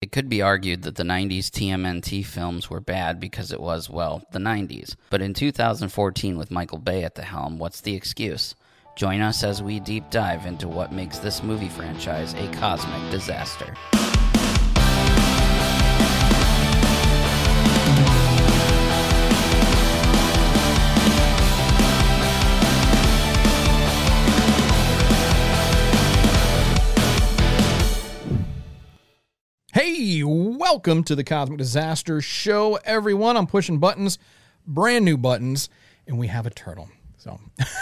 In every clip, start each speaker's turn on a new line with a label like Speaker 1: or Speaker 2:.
Speaker 1: It could be argued that the 90s TMNT films were bad because it was, well, the 90s. But in 2014, with Michael Bay at the helm, what's the excuse? Join us as we deep dive into what makes this movie franchise a cosmic disaster.
Speaker 2: Hey, welcome to the Cosmic Disaster Show, everyone. I'm pushing buttons, brand new buttons, and we have a turtle. So,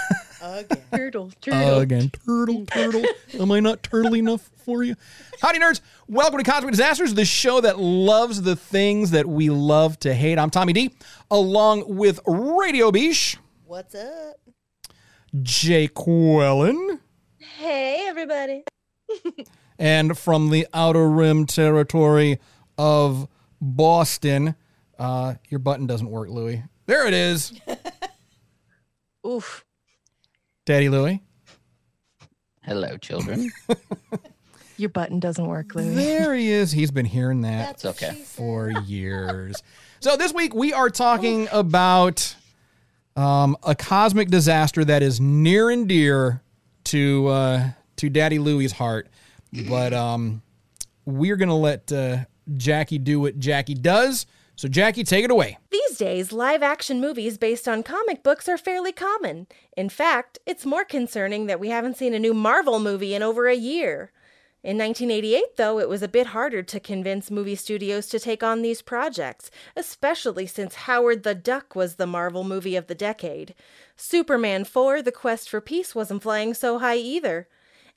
Speaker 3: Again.
Speaker 4: Turtle, turtle.
Speaker 2: again, turtle, turtle. Am I not turtle enough for you? Howdy, nerds. Welcome to Cosmic Disasters, the show that loves the things that we love to hate. I'm Tommy D, along with Radio Beesh,
Speaker 3: What's up?
Speaker 2: Jake Wellen,
Speaker 4: Hey, everybody.
Speaker 2: and from the Outer Rim territory of Boston. Uh, your button doesn't work, Louie. There it is.
Speaker 4: Oof.
Speaker 2: Daddy Louie.
Speaker 1: Hello, children.
Speaker 4: Your button doesn't work, Louie.
Speaker 2: There he is. He's been hearing that
Speaker 1: That's okay.
Speaker 3: she said.
Speaker 2: for years. So this week we are talking about um, a cosmic disaster that is near and dear to uh, to Daddy Louie's heart, but um, we're gonna let uh, Jackie do what Jackie does. So Jackie, take it away.
Speaker 4: These days, live action movies based on comic books are fairly common. In fact, it's more concerning that we haven't seen a new Marvel movie in over a year. In 1988, though, it was a bit harder to convince movie studios to take on these projects, especially since Howard the Duck was the Marvel movie of the decade. Superman 4 The Quest for Peace wasn't flying so high either.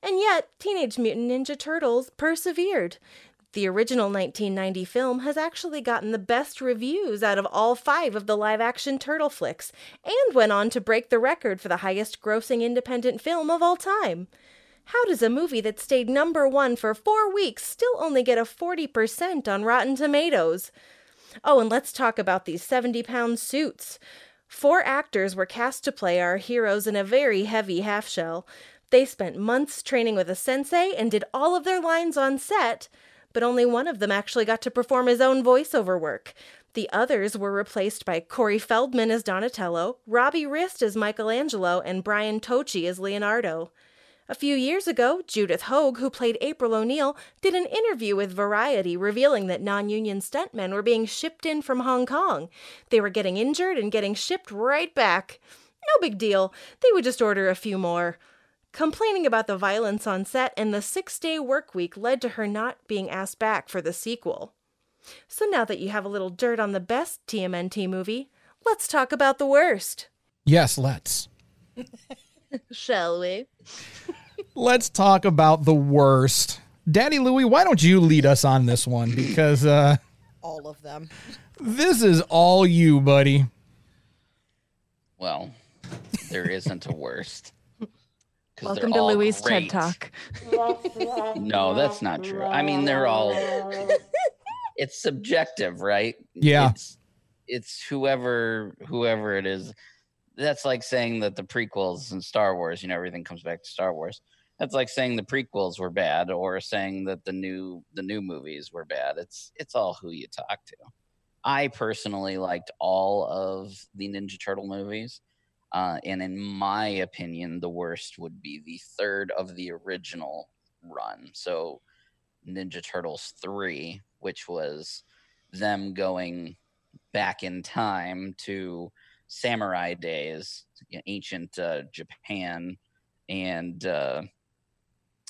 Speaker 4: And yet, Teenage Mutant Ninja Turtles persevered. The original 1990 film has actually gotten the best reviews out of all five of the live action turtle flicks and went on to break the record for the highest grossing independent film of all time. How does a movie that stayed number one for four weeks still only get a 40% on Rotten Tomatoes? Oh, and let's talk about these 70 pound suits. Four actors were cast to play our heroes in a very heavy half shell. They spent months training with a sensei and did all of their lines on set, but only one of them actually got to perform his own voiceover work. The others were replaced by Corey Feldman as Donatello, Robbie Rist as Michelangelo, and Brian Tochi as Leonardo. A few years ago, Judith Hoag, who played April O'Neil, did an interview with Variety revealing that non union stuntmen were being shipped in from Hong Kong. They were getting injured and getting shipped right back. No big deal, they would just order a few more. Complaining about the violence on set and the six day work week led to her not being asked back for the sequel. So now that you have a little dirt on the best TMNT movie, let's talk about the worst.
Speaker 2: Yes, let's.
Speaker 4: Shall we?
Speaker 2: Let's talk about the worst. Daddy Louie, why don't you lead us on this one? Because uh,
Speaker 3: All of them.
Speaker 2: this is all you, buddy.
Speaker 1: well, there isn't a worst. 'Cause they're
Speaker 4: Welcome to
Speaker 1: all
Speaker 4: Louise TED
Speaker 1: great.
Speaker 4: Talk.
Speaker 1: No, that's not true. I mean, they're all. It's subjective, right?
Speaker 2: Yeah.
Speaker 1: It's, it's whoever whoever it is. That's like saying that the prequels and Star Wars, you know, everything comes back to Star Wars. That's like saying the prequels were bad, or saying that the new the new movies were bad. It's it's all who you talk to. I personally liked all of the Ninja Turtle movies. Uh, and in my opinion, the worst would be the third of the original run. So Ninja Turtles 3, which was them going back in time to samurai days, you know, ancient uh, Japan, and uh,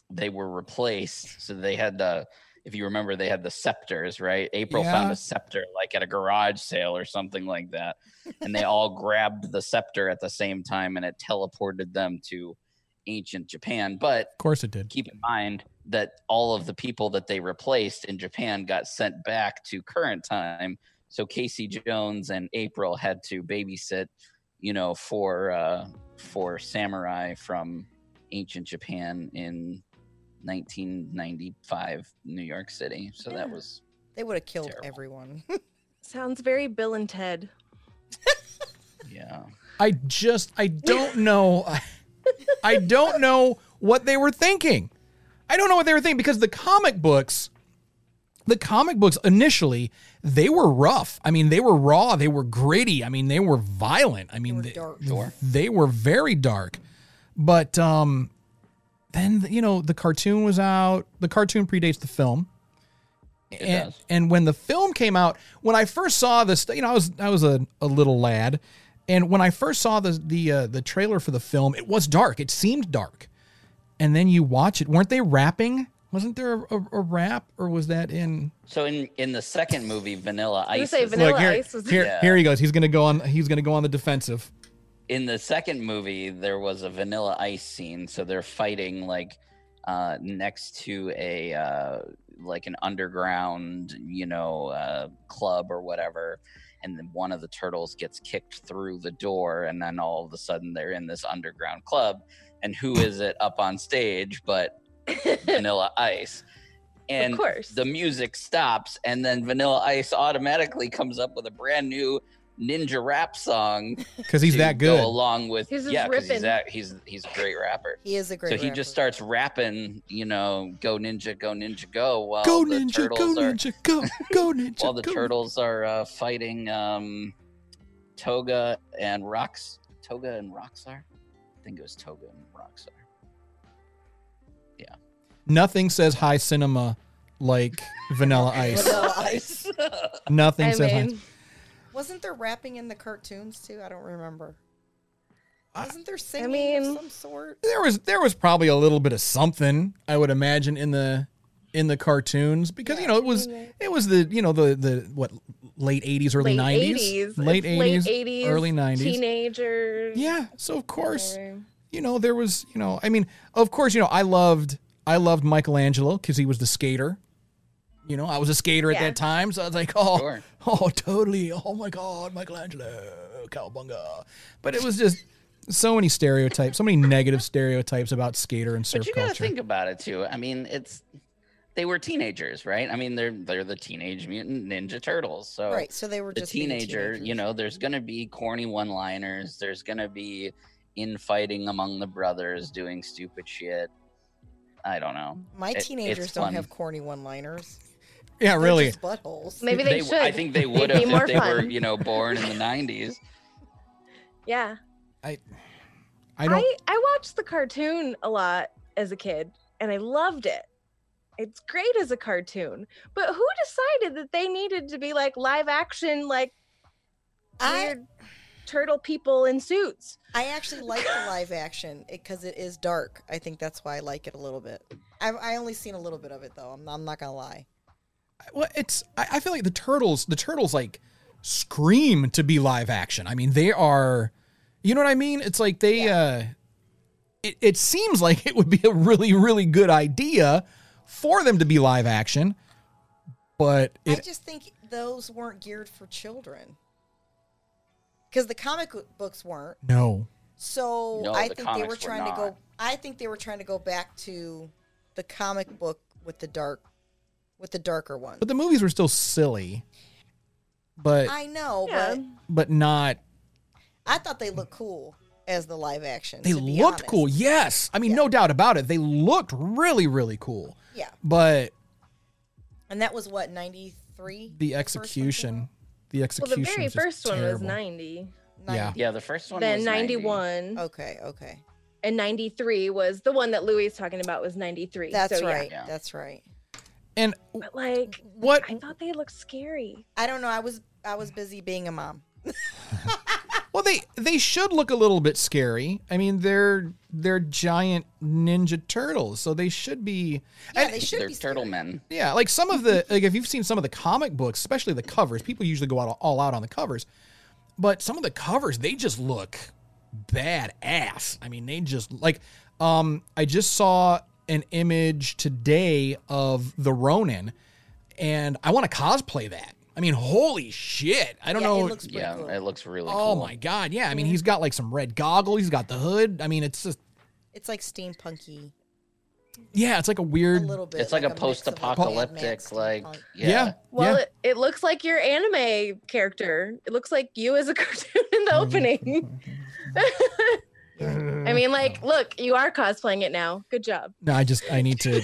Speaker 1: they were replaced. So they had the, if you remember, they had the scepters, right? April found
Speaker 2: Yeah.
Speaker 1: a scepter like at a garage sale or something like that. And they all grabbed the scepter at the same time and it teleported them to ancient Japan. But
Speaker 2: Of course it did.
Speaker 1: keep in mind that all of the people that they replaced in Japan got sent back to current time. So Casey Jones and April had to babysit, you know, for uh, for samurai from ancient Japan in 1995 New York City. So that
Speaker 3: Yeah.
Speaker 1: was
Speaker 3: They would have killed
Speaker 1: Terrible.
Speaker 3: everyone.
Speaker 4: Sounds very Bill and Ted.
Speaker 1: yeah.
Speaker 2: I just I don't know I don't know what they were thinking. I don't know what they were thinking because the comic books the comic books initially they were rough. I mean, they were raw. They were gritty. I mean, they were violent. I mean,
Speaker 3: were
Speaker 2: they,
Speaker 3: dark.
Speaker 1: Sure.
Speaker 2: they were very dark. But um, then you know the cartoon was out. The cartoon predates the film. and,
Speaker 1: does.
Speaker 2: and when the film came out, when I first saw this, you know, I was I was a, a little lad, and when I first saw the the uh, the trailer for the film, it was dark. It seemed dark, and then you watch it. Weren't they rapping? Wasn't there a, a, a rap, or was that in?
Speaker 1: So in in the second movie, Vanilla
Speaker 4: gonna
Speaker 1: Ice.
Speaker 4: say
Speaker 1: is-
Speaker 4: Vanilla-
Speaker 2: Look, here,
Speaker 4: Ice was-
Speaker 2: here,
Speaker 1: Yeah.
Speaker 2: here he goes. He's gonna go on. He's gonna go on the defensive.
Speaker 1: in the second movie, there was a Vanilla Ice scene, so they're fighting like uh, next to a uh, like an underground, you know, uh, club or whatever. And then one of the turtles gets kicked through the door, and then all of a sudden they're in this underground club. And who is it up on stage but Vanilla Ice. And
Speaker 4: of course.
Speaker 1: the music stops, and then Vanilla Ice automatically comes up with a brand new ninja rap song.
Speaker 2: Because he's
Speaker 1: to
Speaker 2: that
Speaker 1: Go
Speaker 2: good.
Speaker 1: along with
Speaker 4: He's just
Speaker 1: yeah, 'cause he's
Speaker 4: ripping.
Speaker 1: that he's he's a great rapper.
Speaker 3: He is a great.
Speaker 1: so he just starts rapping, you know, go ninja, go ninja, go. While
Speaker 2: Go
Speaker 1: the
Speaker 2: ninja,
Speaker 1: turtles
Speaker 2: go
Speaker 1: are
Speaker 2: ninja, go go ninja.
Speaker 1: while the
Speaker 2: go.
Speaker 1: turtles are uh, fighting um, Toga and Rox Toga and Roxar. I think it was Toga and Roxar.
Speaker 2: Nothing says high cinema like Vanilla Ice.
Speaker 3: Vanilla Ice.
Speaker 2: Nothing
Speaker 4: I
Speaker 2: says high.
Speaker 4: mean,
Speaker 3: Wasn't there rapping in the cartoons too? I don't remember.
Speaker 2: I-
Speaker 3: Wasn't there singing
Speaker 4: mean-
Speaker 3: of some sort?
Speaker 2: there was there was probably a little bit of something I would imagine in the in the cartoons because you know it was it was the you know the the what late 80s early
Speaker 4: late
Speaker 2: 90s
Speaker 4: 80s,
Speaker 2: late 80s,
Speaker 4: it's late 80s,
Speaker 2: early 90s
Speaker 4: teenagers.
Speaker 2: yeah so of course
Speaker 4: whatever.
Speaker 2: you know there was you know I mean of course you know I loved I loved Michelangelo cuz he was the skater you know I was a skater at
Speaker 4: Yeah.
Speaker 2: that time so I was like oh
Speaker 1: Sure.
Speaker 2: oh totally oh my god Michelangelo cowabunga but it was just so many stereotypes so many negative stereotypes about skater and surf
Speaker 1: But you gotta
Speaker 2: culture
Speaker 1: think about it too. I mean, it's they were teenagers, right? I mean, they're they're the teenage mutant ninja turtles. So
Speaker 3: Right. So they were
Speaker 1: the
Speaker 3: just being
Speaker 1: teenager, you
Speaker 3: teenagers.
Speaker 1: know, there's
Speaker 4: Mm-hmm.
Speaker 1: going to be corny one liners. There's going to be infighting among the brothers, doing stupid shit. I don't know.
Speaker 3: My
Speaker 1: it- it's
Speaker 3: teenagers don't
Speaker 1: fun.
Speaker 3: have corny one-liners.
Speaker 2: Yeah,
Speaker 3: They're
Speaker 2: really.
Speaker 3: just buttholes.
Speaker 4: Maybe they, should.
Speaker 1: I think they
Speaker 4: It'd
Speaker 1: would
Speaker 4: be
Speaker 1: have
Speaker 4: more
Speaker 1: if they were,
Speaker 4: fun.
Speaker 1: you know, born in the 90s.
Speaker 4: yeah.
Speaker 2: I
Speaker 4: I,
Speaker 2: don't.
Speaker 4: I, watched the cartoon a lot as a kid and I loved it. It's great as a cartoon. But who decided that they needed to be like live action, like
Speaker 3: I
Speaker 4: weird turtle people in suits?
Speaker 3: I actually like the live action because it is dark. I think that's why I like it a little bit. I've I only seen a little bit of it though. I'm, I'm not gonna lie.
Speaker 2: well, it's. I, I feel like the turtles. The turtles like scream to be live action. I mean, they are. You know what I mean? It's like they. uh it, it seems like it would be a really, really good idea for them to be live action, but
Speaker 3: I
Speaker 2: it.
Speaker 3: just think those weren't geared for children because the comic books weren't.
Speaker 2: no.
Speaker 3: So
Speaker 1: No,
Speaker 3: I
Speaker 1: the
Speaker 3: think they
Speaker 1: comics
Speaker 3: were
Speaker 1: were
Speaker 3: trying to
Speaker 1: not.
Speaker 3: go. I think they were trying to go back to the comic book with the dark, with the darker one.
Speaker 2: But the movies were still silly. But
Speaker 3: I know,
Speaker 4: Yeah.
Speaker 3: but
Speaker 2: but not.
Speaker 3: I thought they looked cool as the live action.
Speaker 2: They
Speaker 3: to be
Speaker 2: looked
Speaker 3: honest.
Speaker 2: cool. Yes, I mean, no doubt about it. They looked really, really cool.
Speaker 3: Yeah,
Speaker 2: But
Speaker 3: and that was what ninety three.
Speaker 2: the execution the
Speaker 4: Well,
Speaker 2: execution
Speaker 4: the very
Speaker 2: was just
Speaker 4: first one was
Speaker 2: terrible.
Speaker 4: 90,
Speaker 2: Yeah.
Speaker 1: Yeah, the first one
Speaker 4: then
Speaker 1: was 90.
Speaker 4: 91,
Speaker 3: Okay. Okay.
Speaker 4: and 93 was the one that Louis is talking about was 93.
Speaker 3: That's
Speaker 4: so, yeah.
Speaker 3: right.
Speaker 1: Yeah.
Speaker 3: That's right.
Speaker 2: and
Speaker 4: But like,
Speaker 2: what
Speaker 4: I thought they looked scary.
Speaker 3: I don't know. I was I was busy being a mom.
Speaker 2: well they they should look a little bit scary i mean they're they're giant ninja turtles so they should be
Speaker 3: Yeah,
Speaker 2: and-
Speaker 3: they should
Speaker 1: They're
Speaker 3: be
Speaker 1: turtle
Speaker 3: scary.
Speaker 1: men.
Speaker 2: yeah like some of the like if you've seen some of the comic books especially the covers people usually go out all out on the covers but some of the covers they just look badass i mean they just like um i just saw an image today of the ronin and i want to cosplay that i mean holy shit i don't
Speaker 3: Yeah,
Speaker 2: know
Speaker 3: it looks pretty
Speaker 1: Yeah,
Speaker 3: cool.
Speaker 1: it looks really
Speaker 2: oh
Speaker 1: cool.
Speaker 2: my god yeah i mean he's got like some red goggles he's got the hood i mean it's just
Speaker 3: It's like steampunky
Speaker 2: yeah it's like a
Speaker 3: a
Speaker 2: weird
Speaker 3: little bit.
Speaker 1: It's like, a
Speaker 3: mix of, like, Mad Max
Speaker 1: post-apocalyptic, like,
Speaker 3: steampunk.
Speaker 1: yeah.
Speaker 2: yeah
Speaker 4: Well,
Speaker 2: yeah.
Speaker 4: it, it looks like your anime character. It looks like you as a cartoon in the opening. I mean, like, look, you are cosplaying it now. Good job.
Speaker 2: No, I just I need to.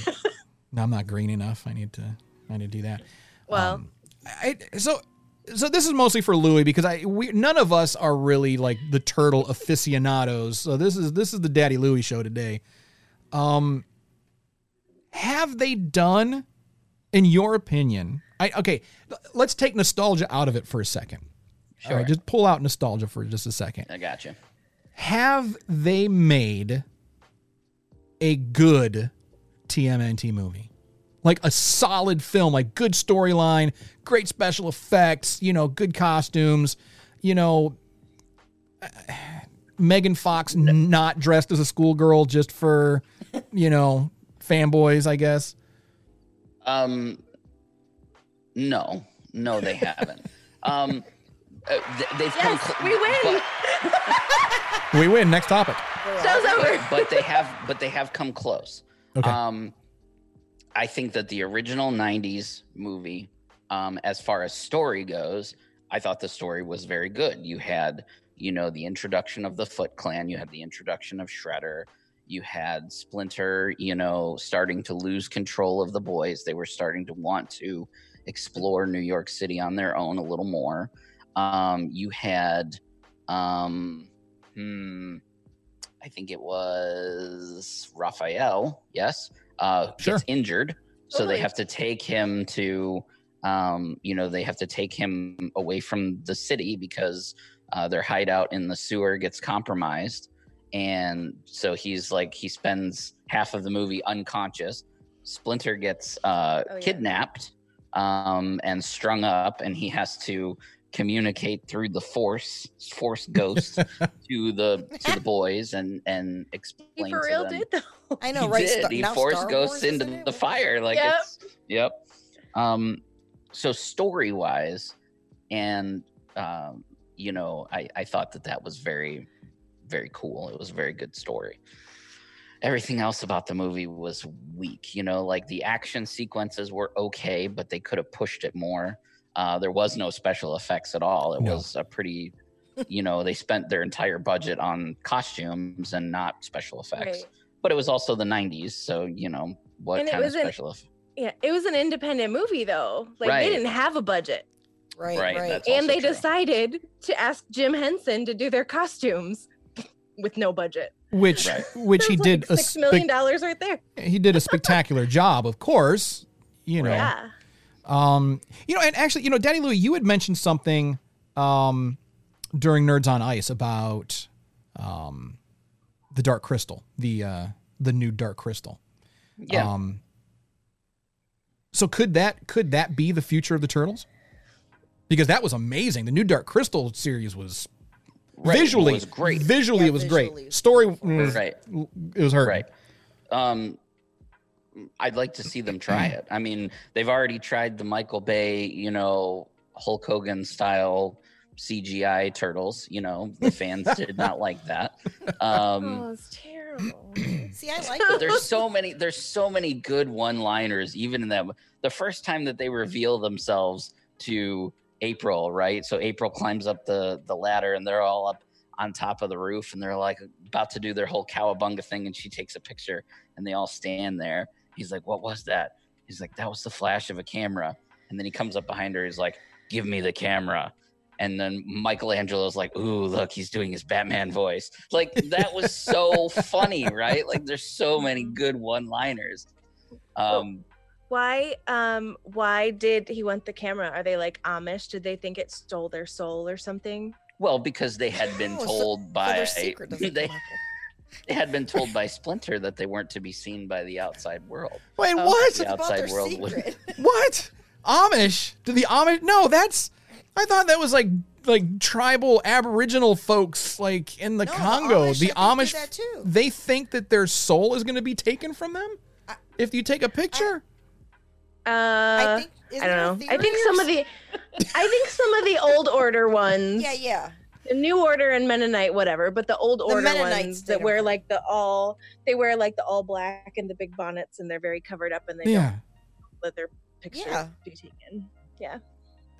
Speaker 2: no, I'm not green enough. I need to. I need to do that.
Speaker 1: Um,
Speaker 4: Well,
Speaker 2: I, so so this is mostly for Louis because I we none of us are really like the turtle aficionados. So this is this is the Daddy Louis show today. Um have they done in your opinion? I okay, let's take nostalgia out of it for a second. All right, just pull out nostalgia for just a second
Speaker 1: I got you.
Speaker 2: have they made a good TMNT movie? Like a solid film, like good storyline, great special effects, you know, good costumes, you know, Megan Fox n- not dressed as a schoolgirl just for, you know, fanboys, I guess.
Speaker 1: Um, no, no, they haven't. um, uh, th- they've come.
Speaker 4: yes,
Speaker 1: cl-
Speaker 4: we win.
Speaker 2: We win. Next topic.
Speaker 4: Show's over.
Speaker 1: But, but they have, but they have come close.
Speaker 2: Okay.
Speaker 1: Um, I think that the original '90s movie, um, as far as story goes, I thought the story was very good. You had, you know, the introduction of the Foot Clan. You had the introduction of Shredder. You had Splinter, you know, starting to lose control of the boys. They were starting to want to explore New York City on their own a little more. Um, you had, um, hmm, I think it was Raphael. Yes, uh,
Speaker 2: Sure.
Speaker 1: gets injured, so
Speaker 4: Totally.
Speaker 1: they have to take him to, um, you know, they have to take him away from the city because uh, their hideout in the sewer gets compromised, and so he's like he spends half of the movie unconscious. Splinter gets uh,
Speaker 4: Oh, yeah.
Speaker 1: kidnapped um, and strung up, and he has to communicate through the force force ghost to the to the boys and and
Speaker 4: He
Speaker 1: explain
Speaker 4: for
Speaker 1: to
Speaker 4: real
Speaker 1: them.
Speaker 4: did though.
Speaker 3: I know,
Speaker 1: he
Speaker 3: right?
Speaker 1: Did.
Speaker 3: Sta-
Speaker 1: he
Speaker 3: now
Speaker 1: force
Speaker 3: Star
Speaker 1: ghosts
Speaker 3: Wars, isn't
Speaker 1: into
Speaker 3: it?
Speaker 1: the fire. Like
Speaker 4: Yep.
Speaker 1: it's yep. Um, so story wise, and um, you know, I I thought that that was very, very cool. It was a very good story. Everything else about the movie was weak. You know, like the action sequences were okay, but they could have pushed it more. Uh, there was no special effects at all. It
Speaker 2: No.
Speaker 1: was a pretty, you know, they spent their entire budget on costumes and not special effects
Speaker 4: Right.
Speaker 1: but it was also the 90s so you know what
Speaker 4: And it
Speaker 1: kind of
Speaker 4: was an-
Speaker 1: special eff-
Speaker 4: Yeah, it was an independent movie though. Like
Speaker 1: Right.
Speaker 4: they didn't have a budget,
Speaker 3: Right,
Speaker 1: Right,
Speaker 3: right.
Speaker 1: that's- It's also
Speaker 4: and they
Speaker 1: true.
Speaker 4: decided to ask Jim Henson to do their costumes with no budget.
Speaker 2: Which
Speaker 1: Right.
Speaker 2: which he
Speaker 4: That's
Speaker 2: did
Speaker 4: like
Speaker 2: a
Speaker 4: six million
Speaker 2: spec-
Speaker 4: dollars right there.
Speaker 2: he did a spectacular job, of course. You know,
Speaker 4: Yeah,
Speaker 2: Um, you know, and actually, you know, Danny Louie, you had mentioned something um, during Nerds on Ice about um, the Dark Crystal, the uh, the new Dark Crystal.
Speaker 1: yeah
Speaker 2: Um, so could that could that be the future of the Turtles? Because that was amazing. The new Dark Crystal series was
Speaker 1: right.
Speaker 2: visually
Speaker 1: it was great
Speaker 2: Visually,
Speaker 3: Yeah,
Speaker 2: it was
Speaker 3: visually.
Speaker 2: great. Story, mm,
Speaker 1: right
Speaker 2: it was hurt.
Speaker 1: right um i'd like to see them try it i mean they've already tried the michael bay you know hulk hogan style cgi turtles you know the fans did not like that um
Speaker 4: oh, it's terrible.
Speaker 3: See, I like
Speaker 1: but
Speaker 3: it.
Speaker 1: there's so many there's so many good one-liners even in that the first time that they reveal themselves to April, right? So April climbs up the the ladder and they're all up on top of the roof and they're like about to do their whole cowabunga thing and she takes a picture and they all stand there. He's like, "What was that?" He's like, "That was the flash of a camera." And then he comes up behind her. He's like, "Give me the camera." And then Michelangelo's like, "Ooh, look, he's doing his Batman voice." Like that was so funny, right? Like there's so many good one-liners. Um,
Speaker 4: Why? Um, why did he want the camera? Are they like Amish? Did they think it stole their soul or something?
Speaker 1: well, because they had been
Speaker 3: Oh, so-
Speaker 1: told
Speaker 3: So
Speaker 1: by
Speaker 3: their secret doesn't
Speaker 1: they
Speaker 3: come out.
Speaker 1: had been told by Splinter that they weren't to be seen by the outside world.
Speaker 2: Wait,
Speaker 4: Oh.
Speaker 2: what?
Speaker 1: The
Speaker 3: It's about
Speaker 1: outside
Speaker 3: their
Speaker 1: world would
Speaker 3: secret.
Speaker 2: What? Amish? Did the Amish? No, that's. I thought that was like like tribal Aboriginal folks like in the
Speaker 3: No,
Speaker 2: Congo.
Speaker 3: I
Speaker 2: The
Speaker 3: think, do
Speaker 2: Amish,
Speaker 3: that too.
Speaker 4: Uh,
Speaker 2: they think that their soul is going to be taken from them if you take a picture.
Speaker 4: Uh,
Speaker 3: I think. isn't
Speaker 4: I
Speaker 3: there a
Speaker 4: don't know. I
Speaker 3: theory
Speaker 4: think
Speaker 3: or
Speaker 4: some of the, I think some of the old order ones,
Speaker 3: Yeah, yeah.
Speaker 4: the new order and Mennonite, whatever, but the old order
Speaker 3: Mennonites,
Speaker 4: ones
Speaker 3: they
Speaker 4: that
Speaker 3: don't
Speaker 4: wear
Speaker 3: have-
Speaker 4: like the all, they wear like the all black and the big bonnets, and they're very covered up, and they
Speaker 2: yeah,
Speaker 4: don't let their pictures
Speaker 3: Yeah.
Speaker 4: be taken.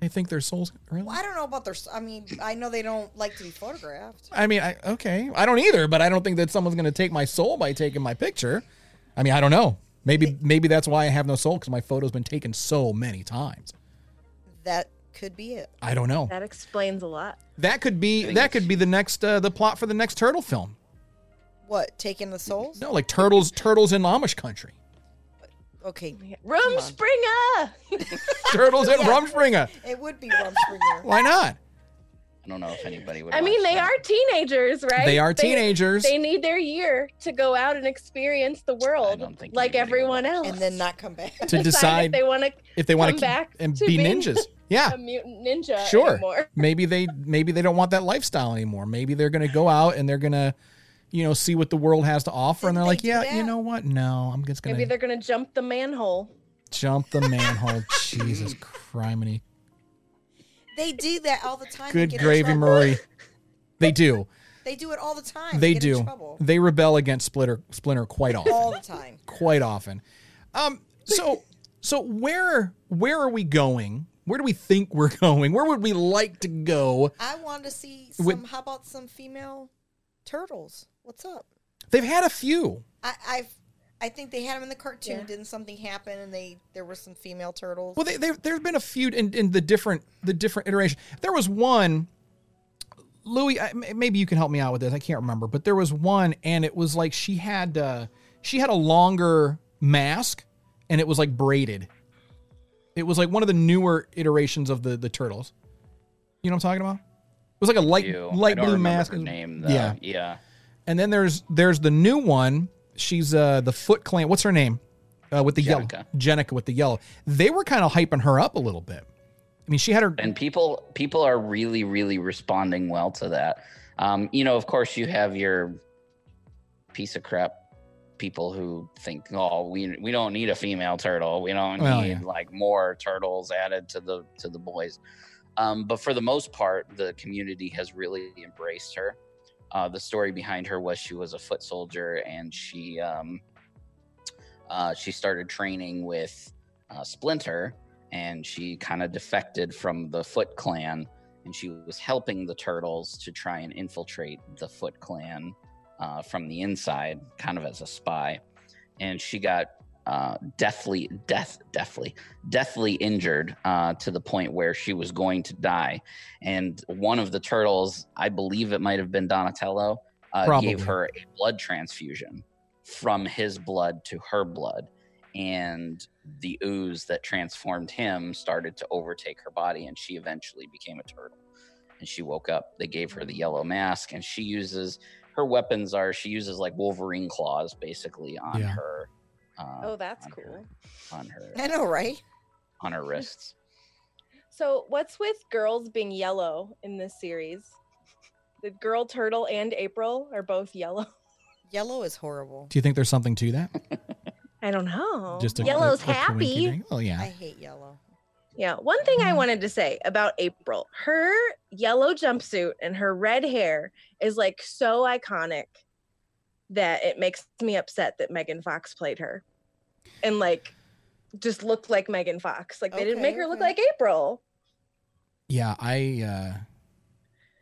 Speaker 2: they think their souls. Really?
Speaker 3: Well, I don't know about their. s- I mean, I know they don't like to be photographed.
Speaker 2: I mean, I okay, I don't either, but I don't think that someone's going to take my soul by taking my picture. I mean, I don't know. Maybe maybe that's why I have no soul because my photo's been taken so many times.
Speaker 3: That could be it.
Speaker 2: I don't know.
Speaker 4: That explains a lot.
Speaker 2: That could be that could be the next uh, the plot for the next turtle film.
Speaker 3: What taking the souls?
Speaker 2: No, like turtles turtles in Amish country.
Speaker 3: Okay,
Speaker 4: Room
Speaker 3: on.
Speaker 4: Springer!
Speaker 2: Turtles in Rumspringa.
Speaker 3: it would be Rumspringer.
Speaker 2: Why not?
Speaker 1: I don't know if anybody would.
Speaker 4: I mean,
Speaker 1: watch
Speaker 4: they
Speaker 1: that.
Speaker 4: are teenagers, right?
Speaker 2: They are teenagers.
Speaker 4: They need their year to go out and experience the world
Speaker 1: don't think
Speaker 4: like
Speaker 1: anybody will
Speaker 4: everyone else.
Speaker 3: and then not come back.
Speaker 2: to
Speaker 4: if
Speaker 2: decide
Speaker 4: they want to
Speaker 2: if they want
Speaker 4: come
Speaker 2: to
Speaker 4: back
Speaker 2: and
Speaker 4: to
Speaker 2: be
Speaker 4: being
Speaker 2: ninjas. Yeah,
Speaker 4: a mutant ninja
Speaker 2: sure.
Speaker 4: anymore.
Speaker 2: Maybe they maybe they don't want that lifestyle anymore. Maybe they're going to go out and they're going to you know see what the world has to offer and they're
Speaker 3: Didn't they
Speaker 2: like,
Speaker 3: do
Speaker 2: "Yeah,
Speaker 3: that?
Speaker 2: you know what? No, I'm just
Speaker 4: Maybe
Speaker 2: going to
Speaker 4: they're going to jump the manhole.
Speaker 2: jump the manhole." Jesus criminy.
Speaker 3: They do that all the time. They
Speaker 2: Good
Speaker 3: get in
Speaker 2: gravy,
Speaker 3: trouble.
Speaker 2: Murray. They do.
Speaker 3: They do it all the time.
Speaker 2: They
Speaker 3: get In
Speaker 2: do.
Speaker 3: trouble.
Speaker 2: They rebel against Splinter Splinter quite often.
Speaker 3: All the time.
Speaker 2: quite often. Um, so so where where are we going? Where do we think we're going? Where would we like to go?
Speaker 3: I want to see some.
Speaker 2: With-
Speaker 3: how about some female turtles? What's up?
Speaker 2: They've had a few.
Speaker 3: I, I've. I think they had them in the cartoon.
Speaker 4: Yeah.
Speaker 3: Didn't something happen? And they there were some female turtles.
Speaker 2: Well, they, they, there's been a few in, in the different the different iterations. There was one, Louis. I, m- maybe you can help me out with this. I can't remember, but there was one, and it was like she had uh, she had a longer mask, and it was like braided. It was like one of the newer iterations of the the turtles. You know what I'm talking about? It was like a light
Speaker 1: Ew. I
Speaker 2: light
Speaker 1: don't
Speaker 2: blue
Speaker 1: remember
Speaker 2: mask.
Speaker 1: Her name, though.
Speaker 2: Yeah,
Speaker 1: Yeah, yeah.
Speaker 2: and then there's there's the new one. She's uh the Foot Clan. What's her name? Uh, with the yellow,
Speaker 1: Jenica.
Speaker 2: Jenica with the yellow. They were kind of hyping her up a little bit. I mean, she had her.
Speaker 1: and people people are really really responding well to that um you know of course you have your piece of crap people who think oh we we don't need a female turtle we don't
Speaker 2: Well,
Speaker 1: need
Speaker 2: yeah.
Speaker 1: like more turtles added to the to the boys um but for the most part the community has really embraced her uh the story behind her was she was a foot soldier and she um uh she started training with uh, splinter and she kind of defected from the Foot Clan, and she was helping the turtles to try and infiltrate the Foot Clan uh, from the inside, kind of as a spy. And she got uh, deathly, death, deathly, deathly injured uh, to the point where she was going to die. And one of the turtles, I believe it might have been Donatello, uh,
Speaker 2: Probably.
Speaker 1: gave her a blood transfusion from his blood to her blood. And the ooze that transformed him started to overtake her body and she eventually became a turtle and she woke up they gave her the yellow mask and she uses her weapons are she uses like wolverine claws basically on
Speaker 2: Yeah.
Speaker 1: her uh,
Speaker 4: Oh, that's
Speaker 1: on
Speaker 4: cool.
Speaker 1: her- on her
Speaker 3: I know, right?
Speaker 1: on her wrists
Speaker 4: So, what's with girls being yellow in this series? The girl turtle and April are both yellow.
Speaker 3: Yellow is horrible.
Speaker 2: Do you think there's something to that?
Speaker 4: I don't know.
Speaker 2: a-
Speaker 4: Yellow's
Speaker 2: a- a
Speaker 4: happy.
Speaker 2: coinky thing? Oh
Speaker 3: I
Speaker 2: yeah.
Speaker 3: hate yellow.
Speaker 4: Yeah. One thing
Speaker 3: Mm-hmm.
Speaker 4: I wanted to say about April, her yellow jumpsuit and her red hair is like so iconic that it makes me upset that Megan Fox played her and like just looked like Megan Fox. Like they didn't make
Speaker 3: Okay,
Speaker 4: her look
Speaker 3: okay.
Speaker 4: like April.
Speaker 2: Yeah, I uh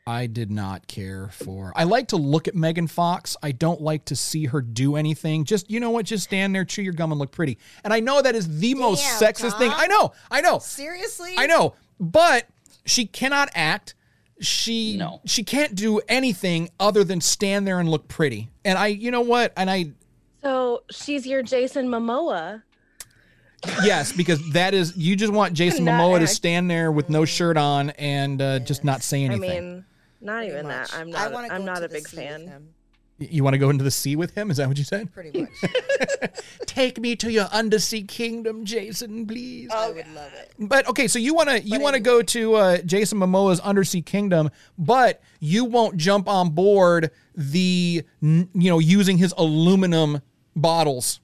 Speaker 2: I did not care for. I like to look at Megan Fox. I don't like to see her do anything. Just you know what? Just stand there, chew your gum, and look pretty. And I know that is the most
Speaker 3: Damn,
Speaker 2: sexist thing.
Speaker 3: Tom.
Speaker 2: I know. I know.
Speaker 3: Seriously?
Speaker 2: I know, but she cannot act. She
Speaker 1: No.
Speaker 2: she can't do anything other than stand there and look pretty. And I, you know what? And I
Speaker 4: So she's your Jason Momoa.
Speaker 2: yes, because that is you just want Jason
Speaker 4: Not
Speaker 2: Momoa to
Speaker 4: act.
Speaker 2: stand there with no shirt on and uh, just not say
Speaker 4: I
Speaker 2: anything.
Speaker 4: mean, not
Speaker 3: Pretty
Speaker 4: even
Speaker 3: much.
Speaker 4: that. I'm
Speaker 3: I
Speaker 4: not
Speaker 3: wanna
Speaker 4: I'm
Speaker 3: go
Speaker 4: not
Speaker 3: to
Speaker 4: a
Speaker 3: the
Speaker 4: big
Speaker 3: sea with
Speaker 4: fan.
Speaker 3: him,
Speaker 2: you want to go into the sea with him? Is that what you said?
Speaker 3: Pretty much.
Speaker 2: Take me to your undersea kingdom, Jason, please.
Speaker 4: Oh,
Speaker 3: I would love it.
Speaker 2: But okay, so you want to you
Speaker 3: But
Speaker 2: want to go to uh, Jason Momoa's Undersea Kingdom, but you won't jump on board the n- you know using his aluminum bottles.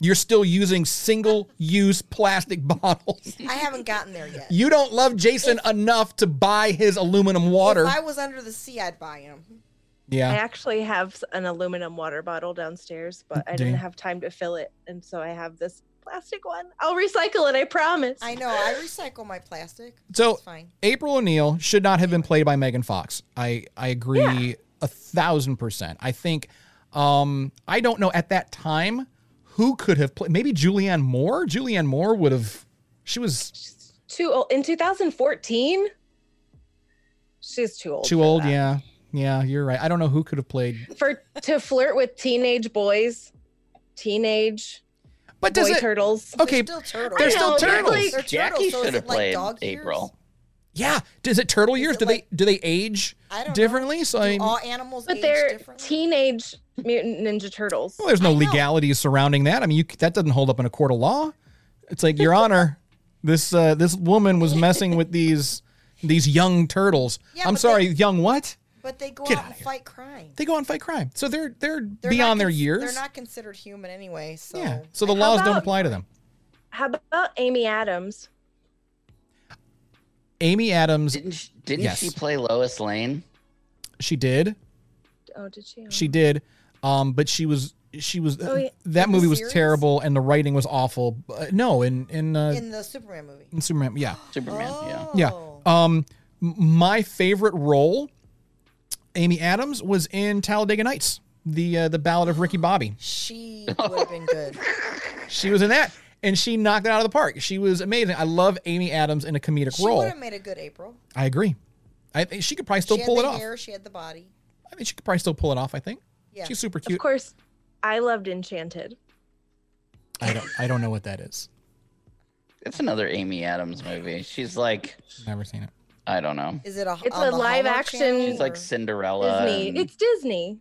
Speaker 2: You're still using single use plastic bottles.
Speaker 3: I haven't gotten there yet.
Speaker 2: You don't love Jason enough to buy his aluminum water.
Speaker 3: If I was under the sea, I'd buy him.
Speaker 4: I
Speaker 2: yeah.
Speaker 4: actually have s- an aluminum water bottle downstairs, but I
Speaker 2: Dang.
Speaker 4: didn't have time to fill it, and so I have this plastic one. I'll recycle it, I promise.
Speaker 3: I know. I recycle my plastic.
Speaker 2: So
Speaker 3: It's fine.
Speaker 2: April O'Neil should not have been played by Megan Fox. I I agree a thousand percent. I think um I don't know at that time who could have played? Maybe Julianne Moore. Julianne Moore would have. She was
Speaker 4: Too old in 2014. She's too old.
Speaker 2: too
Speaker 4: for
Speaker 2: old.
Speaker 4: that.
Speaker 2: Yeah, yeah, you're right. I don't know who could have played.
Speaker 4: For to flirt with teenage boys, teenage
Speaker 2: But
Speaker 4: boy
Speaker 2: does it?
Speaker 4: turtles.
Speaker 2: Okay,
Speaker 3: They're still turtles.
Speaker 2: they're
Speaker 4: I
Speaker 2: still
Speaker 4: know, they're
Speaker 2: turtles.
Speaker 4: like-
Speaker 3: They're turtles,
Speaker 1: Jackie
Speaker 3: so is
Speaker 1: should have
Speaker 3: it like
Speaker 1: played
Speaker 3: dog years?
Speaker 1: April.
Speaker 2: yeah, does it turtle years?
Speaker 3: it
Speaker 2: Do
Speaker 3: like-
Speaker 2: they do they age
Speaker 3: I don't know.
Speaker 2: differently? So I
Speaker 3: Do all animals
Speaker 4: But
Speaker 3: age
Speaker 4: they're
Speaker 3: differently?
Speaker 4: teenage mutant ninja turtles.
Speaker 2: Well, there's no
Speaker 3: I know.
Speaker 2: legalities surrounding that. I mean, you, that doesn't hold up in a court of law. It's like, Your Honor, this uh, this woman was messing with these these young turtles.
Speaker 3: Yeah,
Speaker 2: I'm
Speaker 3: but
Speaker 2: sorry, young what?
Speaker 3: But they go
Speaker 2: Get
Speaker 3: out
Speaker 2: outta
Speaker 3: and
Speaker 2: here.
Speaker 3: fight crime.
Speaker 2: They go out and fight crime, so they're they're,
Speaker 3: They're not
Speaker 2: beyond their
Speaker 3: cons-
Speaker 2: years.
Speaker 3: They're not considered human anyway. So
Speaker 2: yeah, so the
Speaker 4: How
Speaker 2: laws don't
Speaker 4: about-
Speaker 2: apply to them.
Speaker 4: How about Amy Adams?
Speaker 2: Amy Adams,
Speaker 1: Didn't she, didn't
Speaker 2: Yes.
Speaker 1: she play Lois Lane?
Speaker 2: she did,
Speaker 4: Oh, did she?
Speaker 2: she did, um, but she was she was
Speaker 4: Oh, yeah.
Speaker 2: that
Speaker 3: In the
Speaker 2: movie was
Speaker 3: series?
Speaker 2: terrible and the writing was awful. But, no, in in, uh,
Speaker 3: in the Superman movie.
Speaker 2: in Superman, yeah.
Speaker 1: Superman, yeah.
Speaker 3: Oh.
Speaker 2: Yeah. Um, m- my favorite role, Amy Adams, was in Talladega Nights, the uh, the Ballad of Ricky Bobby.
Speaker 3: She would have been good.
Speaker 2: She was in that, and she knocked it out of the park. She was amazing. I love Amy Adams in a comedic
Speaker 3: She would
Speaker 2: role.
Speaker 3: have made a good April.
Speaker 2: I agree. I think she could probably still
Speaker 3: she
Speaker 2: pull
Speaker 3: had
Speaker 2: it
Speaker 3: the
Speaker 2: off.
Speaker 3: hair. She had the body.
Speaker 2: I think she could probably still pull it off. I think
Speaker 3: Yeah.
Speaker 2: she's super
Speaker 4: Of
Speaker 2: cute.
Speaker 4: course, I loved Enchanted.
Speaker 2: I don't. I don't know what that is.
Speaker 1: It's another Amy Adams movie. She's like,
Speaker 2: Never seen it.
Speaker 1: I don't know.
Speaker 3: Is it a?
Speaker 4: It's
Speaker 3: on
Speaker 4: a
Speaker 3: the
Speaker 4: live
Speaker 3: Hallmark
Speaker 4: action-
Speaker 3: Channel,
Speaker 1: She's like
Speaker 3: or-
Speaker 1: Cinderella.
Speaker 4: Disney.
Speaker 1: and-
Speaker 4: It's Disney.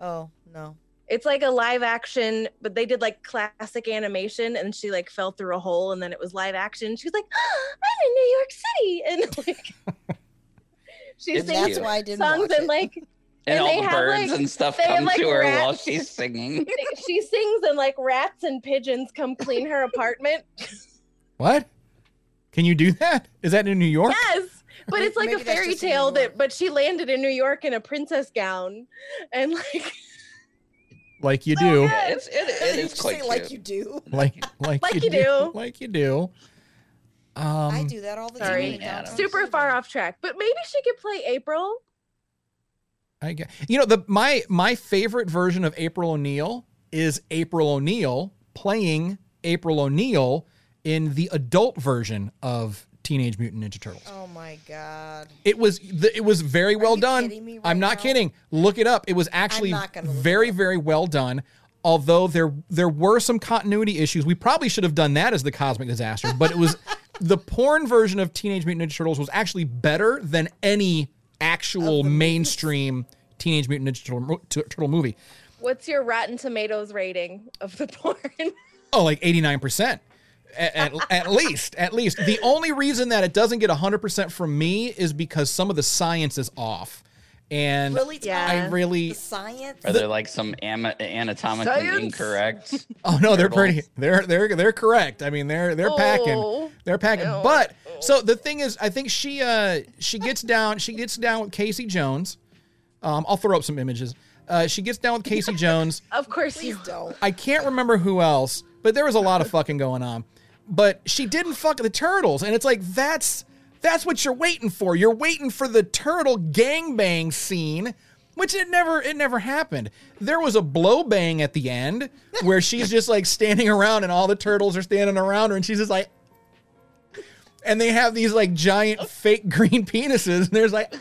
Speaker 3: Oh no.
Speaker 4: It's like a live action, but they did like classic animation, and she like fell through a hole, and then it was live action. She was like, "Ah, "I'm in New York City," and like she
Speaker 1: It's
Speaker 4: sings
Speaker 3: That's
Speaker 1: cute.
Speaker 3: why I didn't
Speaker 4: songs
Speaker 3: watch
Speaker 4: and
Speaker 3: it.
Speaker 4: like
Speaker 1: and,
Speaker 4: and they
Speaker 1: all the
Speaker 4: have,
Speaker 1: birds
Speaker 4: like-
Speaker 1: and stuff
Speaker 4: they have,
Speaker 1: come
Speaker 4: like,
Speaker 1: to her while
Speaker 4: rats.
Speaker 1: she's singing.
Speaker 4: she sings, and like rats and pigeons come clean her apartment.
Speaker 2: What? Can you do that? Is that in New York?
Speaker 4: Yes, but it's like
Speaker 3: Maybe
Speaker 4: a
Speaker 3: that's
Speaker 4: fairy
Speaker 3: just in New
Speaker 4: tale
Speaker 3: York.
Speaker 4: that. But she landed in New York in a princess gown, and like
Speaker 2: Like you do.
Speaker 4: good.
Speaker 1: Yeah, it's it, it
Speaker 3: You
Speaker 1: is
Speaker 3: just
Speaker 1: quite
Speaker 3: say
Speaker 1: cute.
Speaker 3: like you do.
Speaker 2: Like like,
Speaker 4: Like you do.
Speaker 2: Like you do. Um,
Speaker 3: I do that all the time.
Speaker 4: Sorry.
Speaker 3: in downtown
Speaker 1: Adams.
Speaker 4: super
Speaker 3: Cleveland.
Speaker 4: far off track. But maybe she could play April.
Speaker 2: I guess. You know, the my my favorite version of April O'Neil is April O'Neil playing April O'Neil in the adult version of Teenage Mutant Ninja Turtles.
Speaker 3: Oh my god.
Speaker 2: It was the, it was very well
Speaker 3: you
Speaker 2: done.
Speaker 3: kidding me right
Speaker 2: I'm not
Speaker 3: now?
Speaker 2: kidding. Look it up. It was actually
Speaker 3: not gonna look it
Speaker 2: very very well done. Although there there were some continuity issues. We probably should have done that as the cosmic disaster, but it was the porn version of Teenage Mutant Ninja Turtles was actually better than any actual mainstream Teenage Mutant Ninja Turtle, mo- tu- Turtle movie.
Speaker 4: What's your Rotten Tomatoes rating of the porn?
Speaker 2: Oh, like 89%. At, at, at least, at least. The only reason that it doesn't get 100% from me is because some of the science is off. And
Speaker 3: Really?
Speaker 4: Yeah.
Speaker 2: I
Speaker 3: Tom?
Speaker 2: really
Speaker 3: The science.
Speaker 1: Are there like some ama- anatomically
Speaker 4: Science.
Speaker 1: incorrect?
Speaker 2: Oh no, they're
Speaker 1: Turtles.
Speaker 2: pretty. They're they're they're correct. I mean, they're they're packing.
Speaker 4: Oh.
Speaker 2: They're packing.
Speaker 4: Ew.
Speaker 2: But so the thing is, I think she uh she gets down she gets down with Casey Jones. Um, I'll throw up some images. Uh, she gets down with Casey Jones.
Speaker 4: Of course
Speaker 3: Please
Speaker 4: you.
Speaker 3: don't.
Speaker 2: I can't remember who else, but there was a lot of fucking going on. But she didn't fuck the turtles, and it's like that's that's what you're waiting for. You're waiting for the turtle gangbang scene, which it never it never happened. There was a blow bang at the end where she's just like standing around, and all the turtles are standing around her, and she's just like, and they have these like giant fake green penises, and there's like,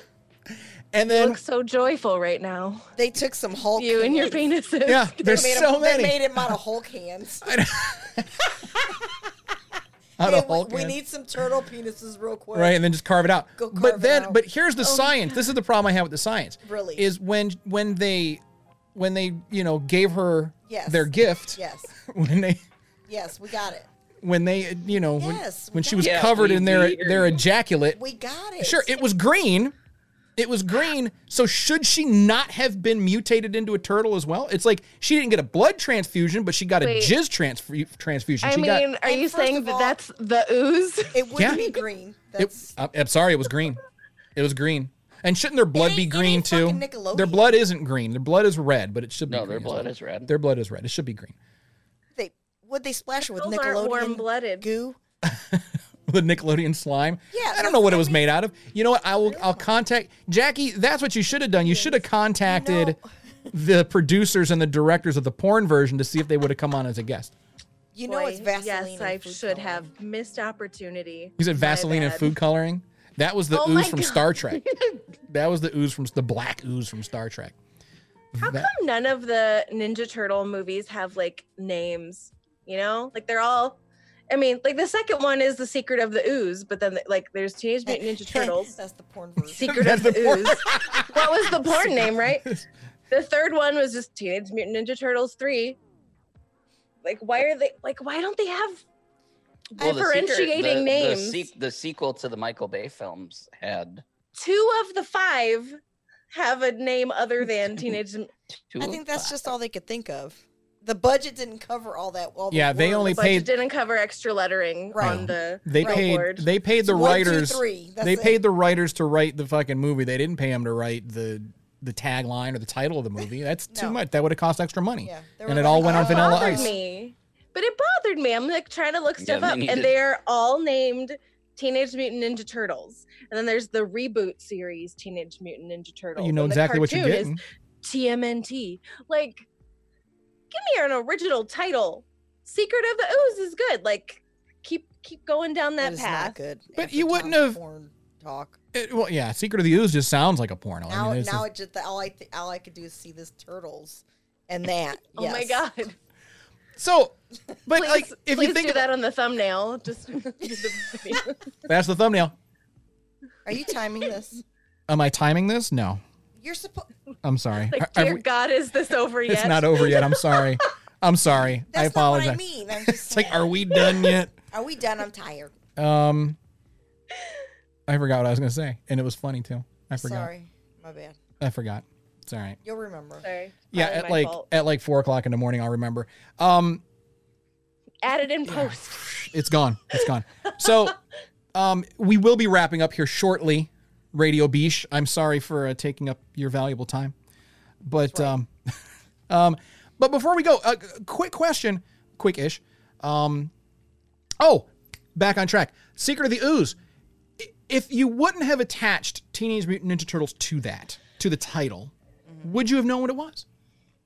Speaker 2: and
Speaker 4: You
Speaker 2: then
Speaker 4: look so joyful right now.
Speaker 3: They took some Hulk.
Speaker 4: You and your
Speaker 3: hands.
Speaker 4: penises.
Speaker 2: yeah,
Speaker 3: They
Speaker 2: there's
Speaker 3: made
Speaker 2: so
Speaker 3: him,
Speaker 2: many.
Speaker 3: They made him out of Hulk hands.
Speaker 2: Out
Speaker 3: Hey,
Speaker 2: of
Speaker 3: we-
Speaker 2: Hulk
Speaker 3: we
Speaker 2: hands.
Speaker 3: need some turtle penises real quick.
Speaker 2: right and then just carve it out
Speaker 3: Go carve
Speaker 2: but
Speaker 3: it
Speaker 2: then
Speaker 3: out. Oh.
Speaker 2: but here's the science this is the problem i have with the science
Speaker 3: Really?
Speaker 2: is when when they when they you know gave her
Speaker 3: Yes.
Speaker 2: their gift
Speaker 3: Yes.
Speaker 2: when they
Speaker 3: Yes, we got it.
Speaker 2: when they you know when-
Speaker 3: Yes,
Speaker 2: when,
Speaker 3: we
Speaker 2: she
Speaker 3: got
Speaker 2: was
Speaker 1: it. Yeah,
Speaker 2: covered
Speaker 1: we-
Speaker 2: in their
Speaker 1: we-
Speaker 2: their ejaculate
Speaker 3: We got it.
Speaker 2: sure it was green it was green so should she not have been mutated into a turtle as well it's like she didn't get a blood transfusion but she got a
Speaker 4: Wait.
Speaker 2: jizz transf- transfusion
Speaker 4: I
Speaker 2: she
Speaker 4: mean,
Speaker 2: got
Speaker 4: are
Speaker 3: And
Speaker 4: you
Speaker 3: first
Speaker 4: saying
Speaker 3: of
Speaker 4: that
Speaker 3: all-
Speaker 4: that's the ooze?
Speaker 3: It wouldn't
Speaker 2: Yeah.
Speaker 3: be green.
Speaker 2: It,
Speaker 3: That's
Speaker 2: I'm, I'm sorry, it was green. It was green. And shouldn't their blood
Speaker 3: ain't-
Speaker 2: be
Speaker 3: it
Speaker 2: green
Speaker 3: ain't
Speaker 2: too?
Speaker 3: fucking Nickelodeon.
Speaker 2: Their blood isn't green. Their blood is red, but it should be
Speaker 1: No,
Speaker 2: green
Speaker 1: their
Speaker 2: as
Speaker 1: blood
Speaker 2: well.
Speaker 1: is red.
Speaker 2: Their blood is red. It should be green.
Speaker 3: they would they splash it with
Speaker 4: Those aren't
Speaker 3: Nickelodeon
Speaker 4: warm-blooded.
Speaker 3: goo?
Speaker 2: the Nickelodeon slime.
Speaker 3: Yeah,
Speaker 2: I don't
Speaker 3: that's
Speaker 2: know what
Speaker 3: what
Speaker 2: it
Speaker 3: I
Speaker 2: was
Speaker 3: mean.
Speaker 2: made out of. You know what? I will. I'll contact Jackie. That's what you should have done. You should have contacted the producers and the directors of the porn version to see if they would have come on as a guest.
Speaker 3: You know it's
Speaker 4: Boy,
Speaker 3: Vaseline.
Speaker 4: Yes,
Speaker 3: and
Speaker 4: I
Speaker 3: food
Speaker 4: should
Speaker 3: coloring.
Speaker 4: have missed opportunity.
Speaker 2: He said
Speaker 4: My
Speaker 2: Vaseline and
Speaker 4: bad.
Speaker 2: food coloring. That was the
Speaker 4: Oh my
Speaker 2: ooze from
Speaker 4: God.
Speaker 2: Star Trek. that was the ooze from the black ooze from Star Trek.
Speaker 4: How
Speaker 2: That-
Speaker 4: come none of the Ninja Turtle movies have like names? You know, like they're all. I mean, like the second one is the Secret of the Ooze, but then like there's Teenage Mutant Ninja Turtles,
Speaker 3: That's the porn version.
Speaker 4: Secret
Speaker 2: That's
Speaker 4: of the,
Speaker 2: the porn-
Speaker 4: Ooze. what was the porn name, right? The third one was just Teenage Mutant Ninja Turtles three. Like, why are they like? Why don't they have
Speaker 1: the secret-
Speaker 4: differentiating
Speaker 1: the- the
Speaker 4: names?
Speaker 1: se- the sequel to the Michael Bay films had
Speaker 4: two of the five have a name other than Teenage?
Speaker 1: two.
Speaker 3: I
Speaker 1: of
Speaker 3: think that's
Speaker 1: five.
Speaker 3: just all they could think of. The budget didn't cover all that. All the
Speaker 2: Yeah, they
Speaker 3: words.
Speaker 2: only-
Speaker 4: Budget
Speaker 2: paid-
Speaker 4: didn't cover extra lettering
Speaker 3: Right.
Speaker 4: on the
Speaker 2: They
Speaker 4: Right.
Speaker 2: paid.
Speaker 4: Lord.
Speaker 2: They paid
Speaker 3: It's
Speaker 2: the
Speaker 3: one, two,
Speaker 2: writers.
Speaker 3: three. That's
Speaker 2: they
Speaker 3: it.
Speaker 2: paid the writers to write the fucking movie. They didn't pay them to write the the tagline or the title of the movie. That's too
Speaker 3: No.
Speaker 2: much. That would have cost extra money.
Speaker 3: Yeah, they
Speaker 2: and
Speaker 3: were
Speaker 2: it all
Speaker 3: like,
Speaker 2: went on
Speaker 3: "Oh,
Speaker 2: Vanilla
Speaker 4: bothered
Speaker 2: Ice.
Speaker 4: me. But it bothered me. I'm like trying to look
Speaker 1: Yeah,
Speaker 4: stuff
Speaker 1: they
Speaker 4: up,
Speaker 1: needed-
Speaker 4: and they are all named Teenage Mutant Ninja Turtles. And then there's the reboot series, Teenage Mutant Ninja Turtles.
Speaker 2: You know
Speaker 4: and the
Speaker 2: exactly what you're
Speaker 4: cartoon is
Speaker 2: getting.
Speaker 4: TMNT. Like, give me an original title. Secret of the Ooze is good. Like, keep keep going down that
Speaker 3: That is
Speaker 4: path.
Speaker 3: not good.
Speaker 2: But
Speaker 3: after
Speaker 2: you wouldn't
Speaker 3: Tom's
Speaker 2: have-
Speaker 3: porn talk.
Speaker 2: It- well, yeah, Secret of the Ooze just sounds like a porno. I
Speaker 3: Now,
Speaker 2: mean, it's just-
Speaker 3: now it just the, all I th- all I could do is see this turtles and that.
Speaker 4: Oh my
Speaker 3: yes.
Speaker 4: god!
Speaker 2: so, but
Speaker 4: Please,
Speaker 2: like, if
Speaker 4: please
Speaker 2: you think
Speaker 4: do
Speaker 2: about-
Speaker 4: that on the thumbnail, just the-
Speaker 2: that's the thumbnail.
Speaker 3: Are you timing this?
Speaker 2: Am I timing this? No,
Speaker 3: You're supposed.
Speaker 2: I'm sorry.
Speaker 4: like,
Speaker 2: Are- are
Speaker 4: dear
Speaker 2: we-
Speaker 4: God, is this over yet?
Speaker 2: it's not over yet. I'm sorry. I'm sorry.
Speaker 3: That's
Speaker 2: I apologize.
Speaker 3: not what I mean. I'm just
Speaker 2: It's like,
Speaker 3: saying,
Speaker 2: are we done yet?
Speaker 3: are we done? I'm tired.
Speaker 2: Um, I forgot what I was gonna say, and it was funny too. I forgot.
Speaker 3: Sorry, my bad.
Speaker 2: I forgot. It's all right.
Speaker 3: You'll remember.
Speaker 4: Sorry.
Speaker 2: Yeah,
Speaker 4: Probably
Speaker 2: at
Speaker 4: my
Speaker 2: like
Speaker 4: fault.
Speaker 2: at like four o'clock in the morning, I'll remember. Um,
Speaker 4: add it in post.
Speaker 2: it's gone. It's gone. So, um, we will be wrapping up here shortly. Radio Beesh, I'm sorry for uh, taking up your valuable time, but um, um, but before we go, a g- quick question, quick-ish. Um, oh, back on track. Secret of the Ooze. I- If you wouldn't have attached Teenage Mutant Ninja Turtles to that, to the title, would you have known what it was?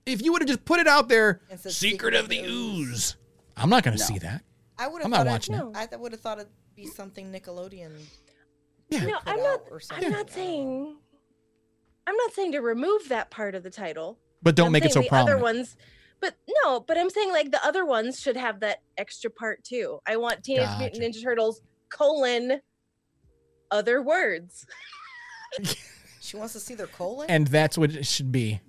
Speaker 2: If you would have just put it out there,
Speaker 3: It
Speaker 2: Secret,
Speaker 3: said
Speaker 2: of the Ooze. I'm not going to see that.
Speaker 3: I would have.
Speaker 2: I'm not watching
Speaker 4: it.
Speaker 3: I would have thought it'd be something Nickelodeon.
Speaker 2: Yeah.
Speaker 4: No,
Speaker 3: put
Speaker 4: I'm not.
Speaker 3: out or
Speaker 4: I'm
Speaker 3: something.
Speaker 4: not saying. I'm not saying to remove that part of the title.
Speaker 2: But don't
Speaker 4: I'm
Speaker 2: make it so
Speaker 4: saying the
Speaker 2: prominent.
Speaker 4: Other ones, but no. But I'm saying like the other ones should have that extra part too. I want Teenage Mutant Ninja Turtles colon other words.
Speaker 3: She wants to see their colon.
Speaker 2: and that's what it should be.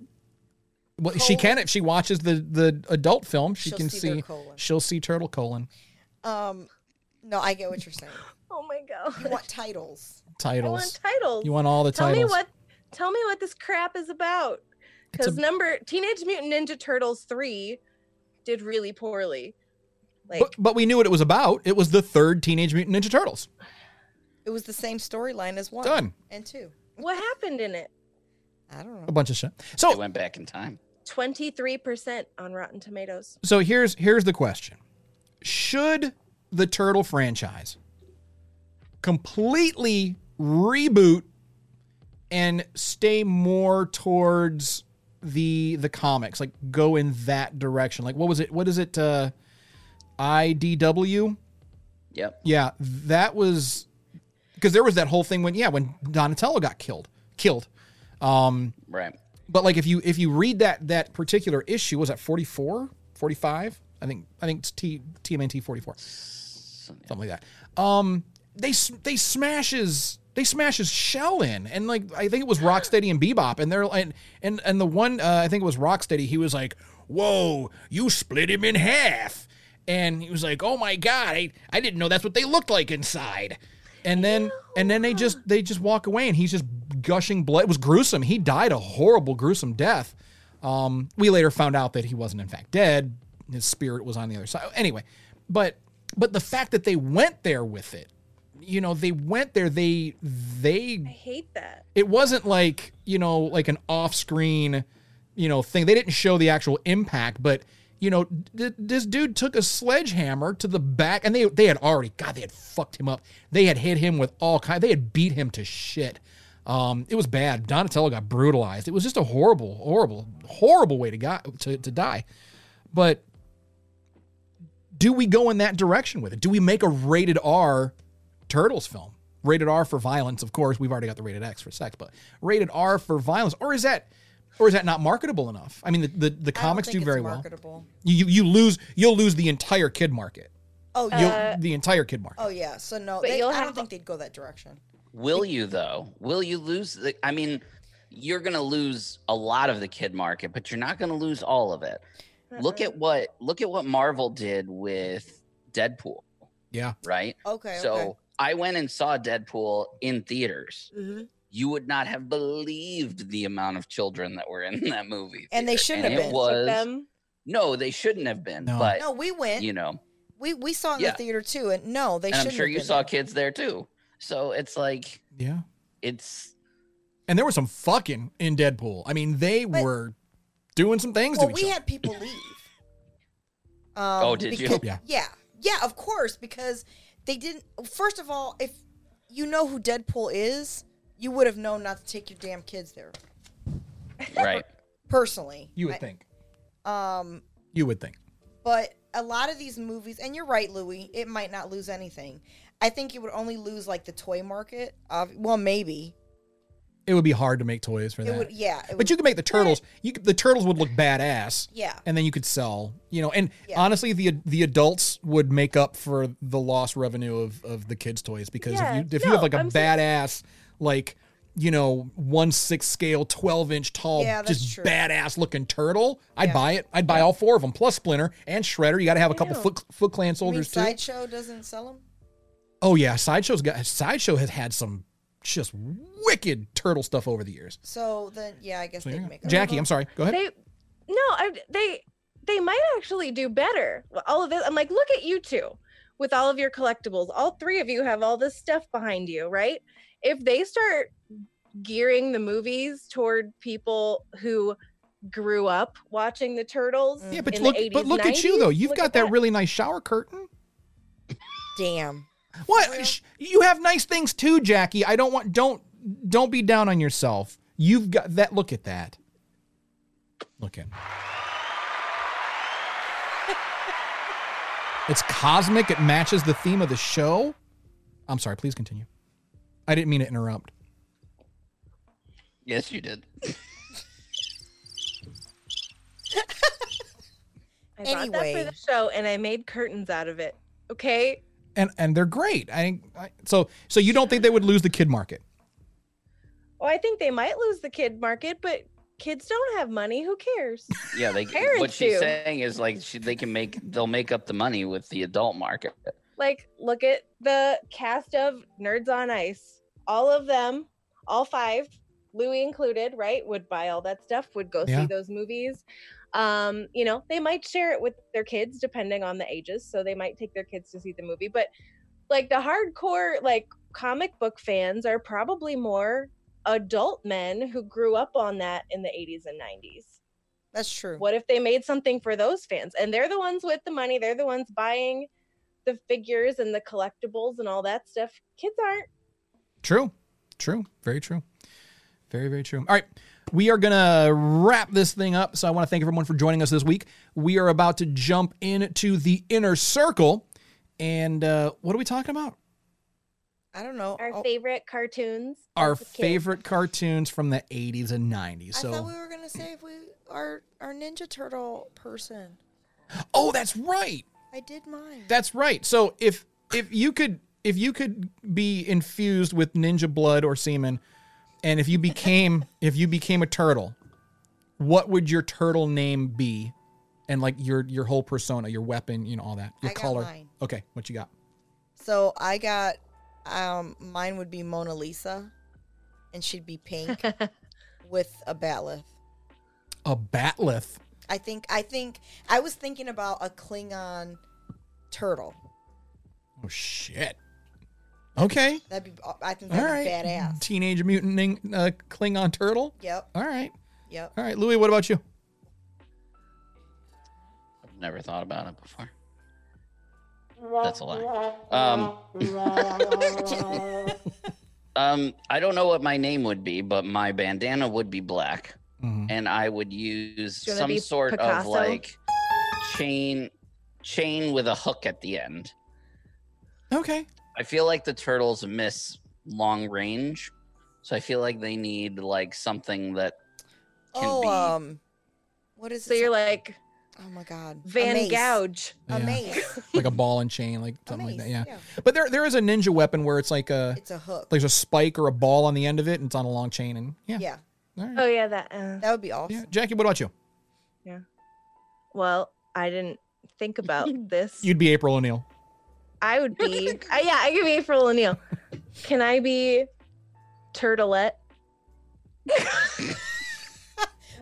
Speaker 2: Well, she
Speaker 3: Colon.
Speaker 2: can if she watches the the adult film. She
Speaker 3: She'll
Speaker 2: can
Speaker 3: see
Speaker 2: see.
Speaker 3: their colon.
Speaker 2: She'll see turtle colon
Speaker 3: Um, no, I get what you're saying.
Speaker 4: Oh my
Speaker 3: You
Speaker 4: god!
Speaker 3: want titles?
Speaker 4: I
Speaker 2: titles.
Speaker 4: want titles.
Speaker 2: you want all the
Speaker 4: tell
Speaker 2: titles.
Speaker 4: me what? Tell me what this crap is about.
Speaker 2: It's a-
Speaker 4: Because number Teenage Mutant Ninja Turtles three did really poorly. Like
Speaker 2: but, but we knew what it was about. It was the third Teenage Mutant Ninja Turtles.
Speaker 3: It was the same storyline as one
Speaker 2: Done.
Speaker 3: and two.
Speaker 4: what happened in it?
Speaker 3: I don't
Speaker 2: A
Speaker 3: know.
Speaker 2: bunch of shit.
Speaker 1: They
Speaker 2: So
Speaker 1: went back in time.
Speaker 4: 23% on Rotten Tomatoes.
Speaker 2: so here's here's the question: Should the turtle franchise completely reboot and stay more towards the the comics like go in that direction like what was it what is it uh idw
Speaker 1: Yep.
Speaker 2: yeah that was because there was that whole thing when yeah when donatello got killed killed um
Speaker 1: Right.
Speaker 2: but like if you if you read that that particular issue was that 44 45 i think i think it's T, tmnt 44 something like that um they s- they smashes they smashes shell in and like i think it was rocksteady and bebop and they're and and, and the one uh, i think it was rocksteady he was like whoa you split him in half and he was like oh my god i, I didn't know that's what they looked like inside and then and then they just they just walk away and he's just gushing blood it was gruesome he died a horrible gruesome death um, we later found out that he wasn't in fact dead. His spirit was on the other side. Anyway, but but the fact that they went there with it, you know, they went there. They
Speaker 4: I
Speaker 2: they
Speaker 4: hate that.
Speaker 2: it wasn't like you know like an off screen, you know thing. They didn't show the actual impact, but you know th- this dude took a sledgehammer to the back, and they they had already God they had fucked him up. They had hit him with all kind. They had beat him to shit. Um, it was bad. Donatello got brutalized. It was just a horrible, horrible, horrible way to go, to, to die. But do we go in that direction with it? Do we make a rated R Turtles film? Rated R for violence, of course. We've already got the rated X for sex, but rated R for violence, or is that, or is that not marketable enough? I mean, the the, the comics do very well.
Speaker 3: well.
Speaker 2: You you lose you'll lose the entire kid market.
Speaker 3: Oh
Speaker 2: You'll,
Speaker 3: yeah.
Speaker 2: the entire kid market.
Speaker 3: oh yeah. So no,
Speaker 4: But
Speaker 3: they,
Speaker 4: you'll
Speaker 3: I
Speaker 4: have-
Speaker 3: don't think they'd go that direction.
Speaker 1: Will you though? Will you lose? The, I mean, you're going to lose a lot of the kid market, but you're not going to lose all of it. Look
Speaker 4: Uh-uh.
Speaker 1: at what look at what Marvel did with Deadpool,
Speaker 2: Yeah.
Speaker 1: right?
Speaker 3: Okay.
Speaker 1: so
Speaker 3: okay.
Speaker 1: I went and saw Deadpool in theaters.
Speaker 3: Mhm.
Speaker 4: Mm-hmm.
Speaker 1: You would not have believed the amount of children that were in that movie.
Speaker 3: And they
Speaker 1: theater.
Speaker 3: shouldn't
Speaker 1: And
Speaker 3: have
Speaker 1: it
Speaker 3: been.
Speaker 1: Was,
Speaker 4: them.
Speaker 1: No, they shouldn't have been.
Speaker 2: No.
Speaker 1: But
Speaker 3: no, we went.
Speaker 1: you know,
Speaker 3: we we saw it in
Speaker 1: Yeah.
Speaker 3: the theater too, and no, they
Speaker 1: and I'm
Speaker 3: shouldn't.
Speaker 1: sure
Speaker 3: have
Speaker 1: you
Speaker 3: been
Speaker 1: saw
Speaker 3: there.
Speaker 1: kids there too. So it's like
Speaker 2: Yeah.
Speaker 1: it's
Speaker 2: And there was some fucking in Deadpool. I mean, they
Speaker 3: But-
Speaker 2: were doing some things
Speaker 3: Well,
Speaker 2: to each
Speaker 3: we
Speaker 2: other.
Speaker 3: had people leave. Um,
Speaker 1: Oh, did you?
Speaker 3: because-
Speaker 2: Yeah.
Speaker 3: Yeah. Yeah. Of course, because they didn't. First of all, if you know who Deadpool is, you would have known not to take your damn kids there.
Speaker 1: right.
Speaker 3: Personally,
Speaker 2: you would think.
Speaker 3: um,
Speaker 2: You would think.
Speaker 3: but a lot of these movies, and you're right, Louis, it might not lose anything. I think it would only lose like the toy market. Of, well, maybe
Speaker 2: It would be hard to make toys for
Speaker 3: it
Speaker 2: that.
Speaker 3: would. Yeah. It
Speaker 2: but
Speaker 3: would,
Speaker 2: you could make the turtles. You could, the turtles would look badass,
Speaker 3: Yeah.
Speaker 2: and then you could sell. You know, and
Speaker 3: Yeah.
Speaker 2: honestly, the the adults would make up for the lost revenue of, of the kids' toys because if
Speaker 4: Yeah,
Speaker 2: you if you have
Speaker 4: no,
Speaker 2: like a
Speaker 4: I'm saying-
Speaker 2: badass like you know one six scale twelve inch tall
Speaker 3: Yeah, that's
Speaker 2: just
Speaker 3: true.
Speaker 2: badass looking turtle, I'd
Speaker 3: Yeah.
Speaker 2: buy it. I'd buy all four of them plus Splinter and Shredder. You got to have a couple
Speaker 4: know.
Speaker 2: Foot Foot Clan
Speaker 3: I mean,
Speaker 2: soldiers too.
Speaker 3: sideshow doesn't sell them.
Speaker 2: Oh yeah, sideshow's got sideshow has had some just wicked turtle stuff over the years.
Speaker 3: So then, yeah, I guess
Speaker 2: So,
Speaker 3: they'd
Speaker 2: yeah.
Speaker 3: make. 'em.
Speaker 2: Jackie, I'm sorry. Go ahead.
Speaker 4: They no, I, they they might actually do better. All of this, I'm like, look at you two with all of your collectibles. All three of you have all this stuff behind you, right? If they start gearing the movies toward people who grew up watching the turtles,
Speaker 2: yeah, but
Speaker 4: in the
Speaker 2: look, but
Speaker 4: 80s,
Speaker 2: look at you though.
Speaker 4: 90s,
Speaker 2: You've
Speaker 4: look
Speaker 2: got
Speaker 4: at
Speaker 2: that,
Speaker 4: that.
Speaker 2: really nice shower curtain.
Speaker 3: Damn.
Speaker 2: What? Sh- You have nice things too, Jackie. I don't want don't don't be down on yourself. You've got that. Look at that. Look at. it's cosmic. It matches the theme of the show. I'm sorry. Please continue. I didn't mean to interrupt.
Speaker 1: Yes, you did.
Speaker 4: I bought that
Speaker 3: Anyway.
Speaker 4: for the show, and I made curtains out of it. Okay,
Speaker 2: and and they're great. I, I so so you don't think they would lose the kid market?
Speaker 4: well, I think they might lose the kid market, but kids don't have money. Who cares?
Speaker 1: Yeah, they.
Speaker 4: Parents
Speaker 1: what she's
Speaker 4: do.
Speaker 1: saying is like she, they can make they'll make up the money with the adult market.
Speaker 4: like look at the cast of Nerds on Ice. All of them, all five, Louis included, right, would buy all that stuff, would go
Speaker 2: Yeah.
Speaker 4: see those movies. Um, you know, they might share it with their kids depending on the ages, so they might take their kids to see the movie, but like the hardcore like comic book fans are probably more adult men who grew up on that in the 80s and 90s.
Speaker 3: That's true.
Speaker 4: What if they made something for those fans? And they're the ones with the money. They're the ones buying the figures and the collectibles and all that stuff. Kids aren't.
Speaker 2: True, true, very true, very very true. All right, we are gonna wrap this thing up. So I want to thank everyone for joining us this week. We are about to jump into the inner circle, and uh, what are we talking about?
Speaker 3: I don't know.
Speaker 4: Our
Speaker 3: Oh,
Speaker 4: favorite cartoons.
Speaker 2: Our
Speaker 4: as a kid.
Speaker 2: favorite cartoons from the '80s and '90s.
Speaker 3: I thought
Speaker 2: So
Speaker 3: we were gonna say if we our our Ninja Turtle person.
Speaker 2: oh, that's right.
Speaker 3: I did mine.
Speaker 2: That's right. So if if you could if you could be infused with ninja blood or semen, and if you became if you became a turtle, what would your turtle name be? And like your your whole persona, your weapon, you know, all that. Your
Speaker 3: I got
Speaker 2: collar.
Speaker 3: mine.
Speaker 2: Okay, what you got?
Speaker 3: so I got um mine would be Mona Lisa, and she'd be pink with a batleth.
Speaker 2: A batleth.
Speaker 3: I think I think I was thinking about a Klingon turtle.
Speaker 2: Oh shit. Okay.
Speaker 3: That'd be uh, I think
Speaker 2: All
Speaker 3: that'd
Speaker 2: right.
Speaker 3: be badass.
Speaker 2: Teenage mutant nin- uh, Klingon turtle.
Speaker 3: Yep.
Speaker 2: All right.
Speaker 3: Yep.
Speaker 2: All right, Louis, what about you?
Speaker 1: Never thought about it before. That's a lie. Um, Um, I don't know what my name would be, but my bandana would be black,
Speaker 2: Mhm.
Speaker 1: and I would use
Speaker 4: gonna
Speaker 1: some
Speaker 4: be
Speaker 1: sort of
Speaker 4: Picasso.
Speaker 1: like chain, chain with a hook at the end.
Speaker 2: Okay.
Speaker 1: I feel like the turtles miss long range, so I feel like they need like something that Can
Speaker 3: oh,
Speaker 1: be-
Speaker 3: um, what is
Speaker 4: So you're like
Speaker 3: Oh my God,
Speaker 4: Van
Speaker 3: a mace.
Speaker 4: Gouge.
Speaker 2: Yeah.
Speaker 3: a mace,
Speaker 2: Like a ball and chain, like
Speaker 3: a
Speaker 2: something like
Speaker 3: mace.
Speaker 2: that. Yeah. But there there is a ninja weapon where it's like a
Speaker 3: it's a hook.
Speaker 2: there's a spike or a ball on the end of it and it's on a long chain and yeah.
Speaker 3: yeah.
Speaker 2: All right.
Speaker 4: Oh yeah, that. Uh,
Speaker 3: that would be awesome.
Speaker 2: yeah. Jackie, what about you?
Speaker 4: well, I didn't think about this.
Speaker 2: You'd be April O'Neil.
Speaker 4: I would be. uh, yeah, I could be April O'Neil. Can I be Turtleette?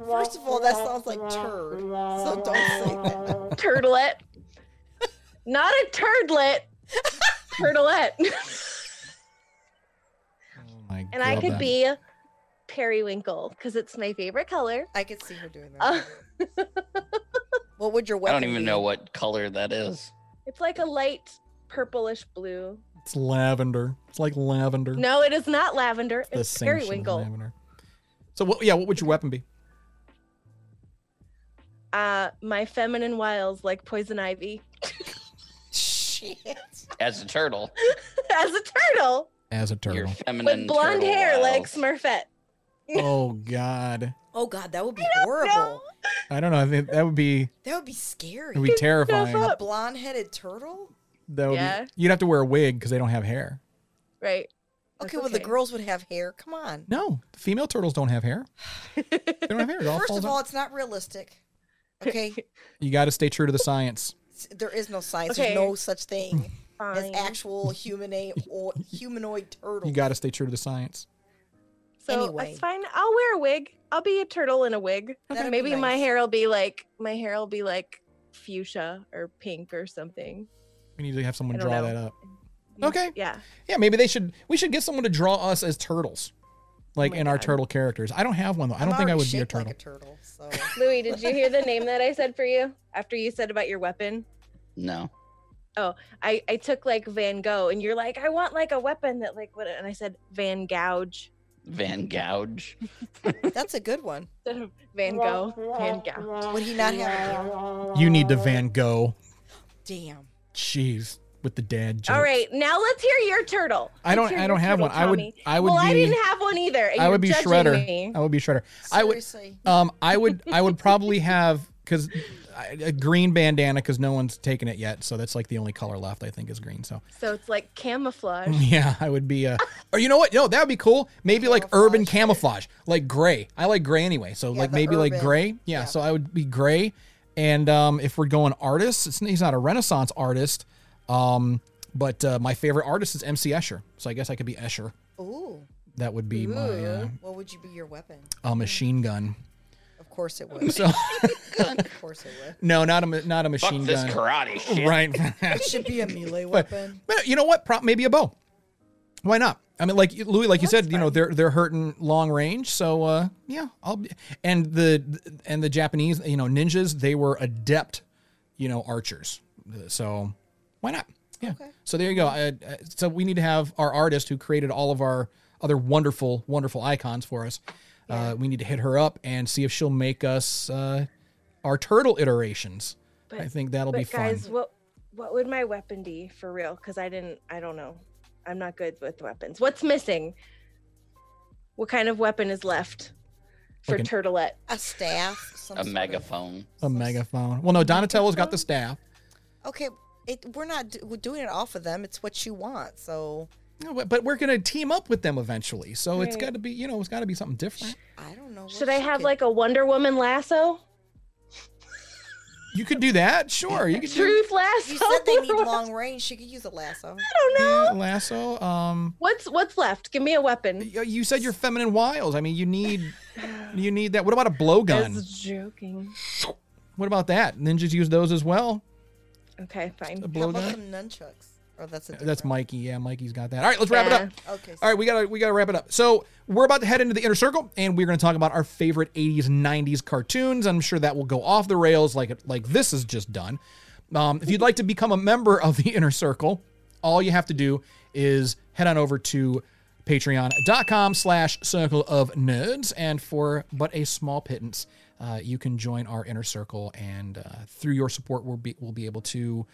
Speaker 3: First of all, that sounds like turd. So don't say that.
Speaker 4: Turtleette. Not a turdlet. Turtleette.
Speaker 2: Oh my
Speaker 4: and I could be periwinkle because it's my favorite color.
Speaker 3: I could see her doing that.
Speaker 4: Uh,
Speaker 3: what would your
Speaker 1: I
Speaker 3: weapon?
Speaker 1: don't even
Speaker 3: be?
Speaker 1: know what color that is.
Speaker 4: it's like a light purplish blue.
Speaker 2: It's lavender. It's like lavender.
Speaker 4: No, it is not lavender.
Speaker 2: the
Speaker 4: It's
Speaker 2: same shade of
Speaker 4: periwinkle.
Speaker 2: lavender. So what yeah, what would your weapon be?
Speaker 4: Uh, my feminine wiles like poison ivy.
Speaker 3: Shit.
Speaker 1: As a turtle,
Speaker 4: As a turtle
Speaker 2: As a
Speaker 1: your
Speaker 2: turtle.
Speaker 1: feminine
Speaker 4: with blonde
Speaker 1: turtle
Speaker 4: hair like
Speaker 1: wiles.
Speaker 4: Smurfette.
Speaker 2: oh god.
Speaker 3: Oh God, that would be
Speaker 4: know.
Speaker 3: horrible.
Speaker 2: I don't know. I think that would be
Speaker 3: That would be scary.
Speaker 2: it would be terrifying.
Speaker 4: up.
Speaker 3: a blonde-headed turtle.
Speaker 2: That would
Speaker 4: Yeah.
Speaker 2: be, you'd have to wear a wig because they don't have hair.
Speaker 4: Right. That's
Speaker 3: Okay, well the girls would have hair. Come on.
Speaker 2: No, female turtles don't have hair. They don't have hair. It all
Speaker 3: First
Speaker 2: falls
Speaker 3: of
Speaker 2: out.
Speaker 3: all, it's not realistic. Okay,
Speaker 2: you got to stay true to the science.
Speaker 3: S- there is no science.
Speaker 4: Okay.
Speaker 3: There's no such thing as
Speaker 4: Fine.
Speaker 3: actual humanoid or humanoid turtle.
Speaker 2: You got to stay true to the science.
Speaker 4: So
Speaker 3: Anyway.
Speaker 4: that's fine. I'll wear a wig. I'll be a turtle in a wig.
Speaker 3: That'd be
Speaker 4: Maybe my
Speaker 3: nice.
Speaker 4: hair will be like my hair will be like fuchsia or pink or something.
Speaker 2: We need to have someone
Speaker 4: I don't
Speaker 2: draw
Speaker 4: know.
Speaker 2: that up. Okay.
Speaker 4: Yeah.
Speaker 2: Yeah, maybe they should. We should get someone to draw us as turtles, like
Speaker 4: Oh my
Speaker 2: in our
Speaker 4: God.
Speaker 2: turtle characters. I don't have one though. I
Speaker 3: I'm
Speaker 2: don't think I
Speaker 3: already
Speaker 2: would be a
Speaker 3: shaped
Speaker 2: turtle.
Speaker 3: Like a turtle. So
Speaker 4: Louis, did you hear the name that I said for you after you said about your weapon?
Speaker 1: No,
Speaker 4: I I took like Van Gogh, and you're like, I want like a weapon that like what? And I said Van Gouge
Speaker 1: Van Gouge.
Speaker 3: that's a good one.
Speaker 4: instead of Van Gogh. Van Gouge.
Speaker 3: Would he not have hair?
Speaker 2: you need the Van Gogh.
Speaker 3: Damn.
Speaker 2: Jeez, with the dad. Jokes.
Speaker 4: All right, now let's hear your turtle.
Speaker 2: I don't.
Speaker 4: Let's hear
Speaker 2: I
Speaker 4: your
Speaker 2: don't have
Speaker 4: turtle,
Speaker 2: one. I would.
Speaker 4: Tommy.
Speaker 2: I would
Speaker 4: well,
Speaker 2: be.
Speaker 4: I didn't have one either. and
Speaker 2: I
Speaker 4: you're
Speaker 2: would be
Speaker 4: judging
Speaker 2: Shredder.
Speaker 4: me.
Speaker 2: I would be Shredder. I would.
Speaker 3: Seriously.
Speaker 2: Um. I would. I would probably have because a green bandana because no one's taken it yet. So that's like the only color left. I think is green. So
Speaker 4: So it's like camouflage.
Speaker 2: Yeah, I would be. Uh, or you know what? No, that would be cool. Maybe like urban camouflage, like gray. I like gray anyway, so like
Speaker 3: the
Speaker 2: maybe like
Speaker 3: urban.
Speaker 2: gray. Yeah, So I would be gray. And um, if we're going artists, it's, he's not a Renaissance artist, um, but uh, my favorite artist is M.C. Escher. So I guess I could be Escher.
Speaker 3: Ooh.
Speaker 2: That would be my uh,
Speaker 3: What would you be your weapon?
Speaker 2: a machine gun.
Speaker 3: Of course it would.
Speaker 2: So
Speaker 3: of course it would.
Speaker 2: no, not a ma- not a
Speaker 1: Fuck
Speaker 2: machine
Speaker 1: this
Speaker 2: gun.
Speaker 1: karate shit.
Speaker 2: Right.
Speaker 3: It should be a melee weapon.
Speaker 2: But you know what? Pro- maybe a bow. Why not? I mean, like Louis, like you said, you know they're they're hurting long range, so uh, yeah, I'll be, and the and the Japanese, you know, ninjas, they were adept, you know, archers, so why not? Yeah. So there you go. I, I, so we need to have our artist who created all of our other wonderful, wonderful icons for us. Uh, we need to hit her up and see if she'll make us uh, our turtle iterations.
Speaker 4: But-
Speaker 2: I think that'll be
Speaker 4: But
Speaker 2: fun.
Speaker 4: guys, what what would my weapon be for real? Because I didn't. I don't know. I'm not good with weapons. What's missing? What kind of weapon is left for
Speaker 2: Like an-
Speaker 4: turtlet?
Speaker 3: A staff. Some
Speaker 1: A
Speaker 3: sort of-
Speaker 1: megaphone.
Speaker 2: a megaphone. Well, no, Donatello's got the staff.
Speaker 3: Okay. It, we're not do- we're doing it off of them. It's what you want. So
Speaker 2: No, but, but we're gonna team up with them eventually, so it's
Speaker 4: Right.
Speaker 2: got to be you know it's got to be something different.
Speaker 3: I don't know. what
Speaker 4: Should I
Speaker 3: she
Speaker 4: have
Speaker 3: could-
Speaker 4: like a Wonder Woman lasso?
Speaker 2: You could do that, sure. You could do
Speaker 4: Truth lasso?
Speaker 3: You said they need
Speaker 4: What?
Speaker 3: long range. She could use a lasso.
Speaker 4: I don't know.
Speaker 2: yeah, lasso. Um,
Speaker 4: What's what's left? Give me a weapon.
Speaker 2: you you said your feminine wiles. I mean, you need you need that. What about a blowgun?
Speaker 4: Just joking.
Speaker 2: What about that? Ninjas use those as well.
Speaker 4: Okay, fine.
Speaker 2: A
Speaker 3: How about
Speaker 2: blowgun.
Speaker 3: some nunchucks? Oh, that's a
Speaker 2: That's
Speaker 3: different-
Speaker 2: Mikey. Yeah, Mikey's got that. All right, let's wrap it up.
Speaker 3: Okay. So
Speaker 2: All right, we gotta we gotta wrap it up. So we're about to head into the inner circle, and we're gonna talk about our favorite '80s, '90s cartoons. I'm sure that will go off the rails, like like this is just done. Um, if you'd like to become a member of the inner circle, all you have to do is head on over to patreon.com slash circle of nerds and for but a small pittance uh, you can join our inner circle and uh, through your support we'll be, we'll be able to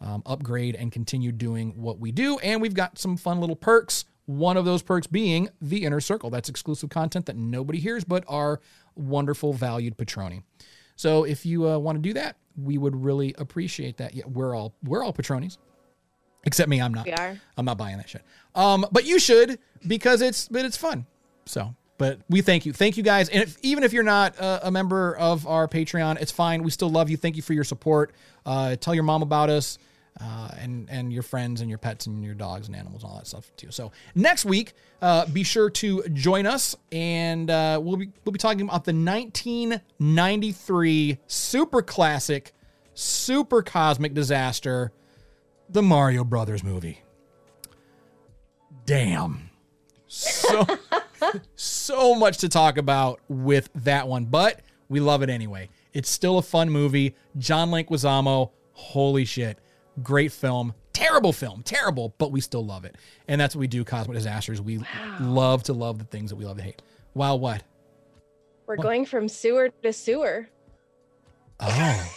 Speaker 2: um, upgrade and continue doing what we do and we've got some fun little perks one of those perks being the inner circle that's exclusive content that nobody hears but our wonderful valued patroni so if you uh, want to do that we would really appreciate that yeah, we're all we're all patronies except me i'm not
Speaker 4: We are.
Speaker 2: I'm not buying that shit. Um, but you should because it's but it's fun. So, but we thank you, thank you guys, and if, even if you're not uh, a member of our Patreon, it's fine. We still love you. Thank you for your support. Uh, tell your mom about us, uh, and and your friends and your pets and your dogs and animals and all that stuff too. So next week, uh, be sure to join us, and uh, we'll be we'll be talking about the 1993 super classic, super cosmic disaster, the Mario Brothers movie damn so so much to talk about with that one but we love it anyway it's still a fun movie john leguizamo holy shit great film terrible film terrible but we still love it and that's what we do cosmic disasters we love to love the things that we love to hate wow what
Speaker 4: We're going from sewer to sewer.
Speaker 2: oh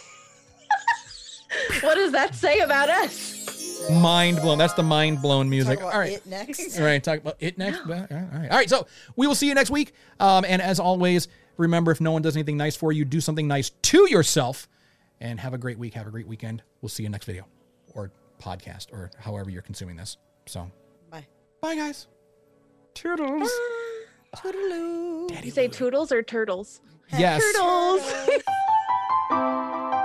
Speaker 4: What does that say about us?
Speaker 2: mind blown that's the mind blown music
Speaker 3: Talk about
Speaker 2: all right
Speaker 3: it next.
Speaker 2: All right, talk about it next. Well, All right, all right. So we will see you next week. Um, and as always, remember if no one does anything nice for you, do something nice to yourself, and have a great week. Have a great weekend. We'll see you next video, or podcast, or however you're consuming this. So
Speaker 3: Bye.
Speaker 2: bye, guys. Turtles.
Speaker 3: Toodaloo.
Speaker 4: Did you say toodles or turtles?
Speaker 2: Yes.
Speaker 4: Turtles.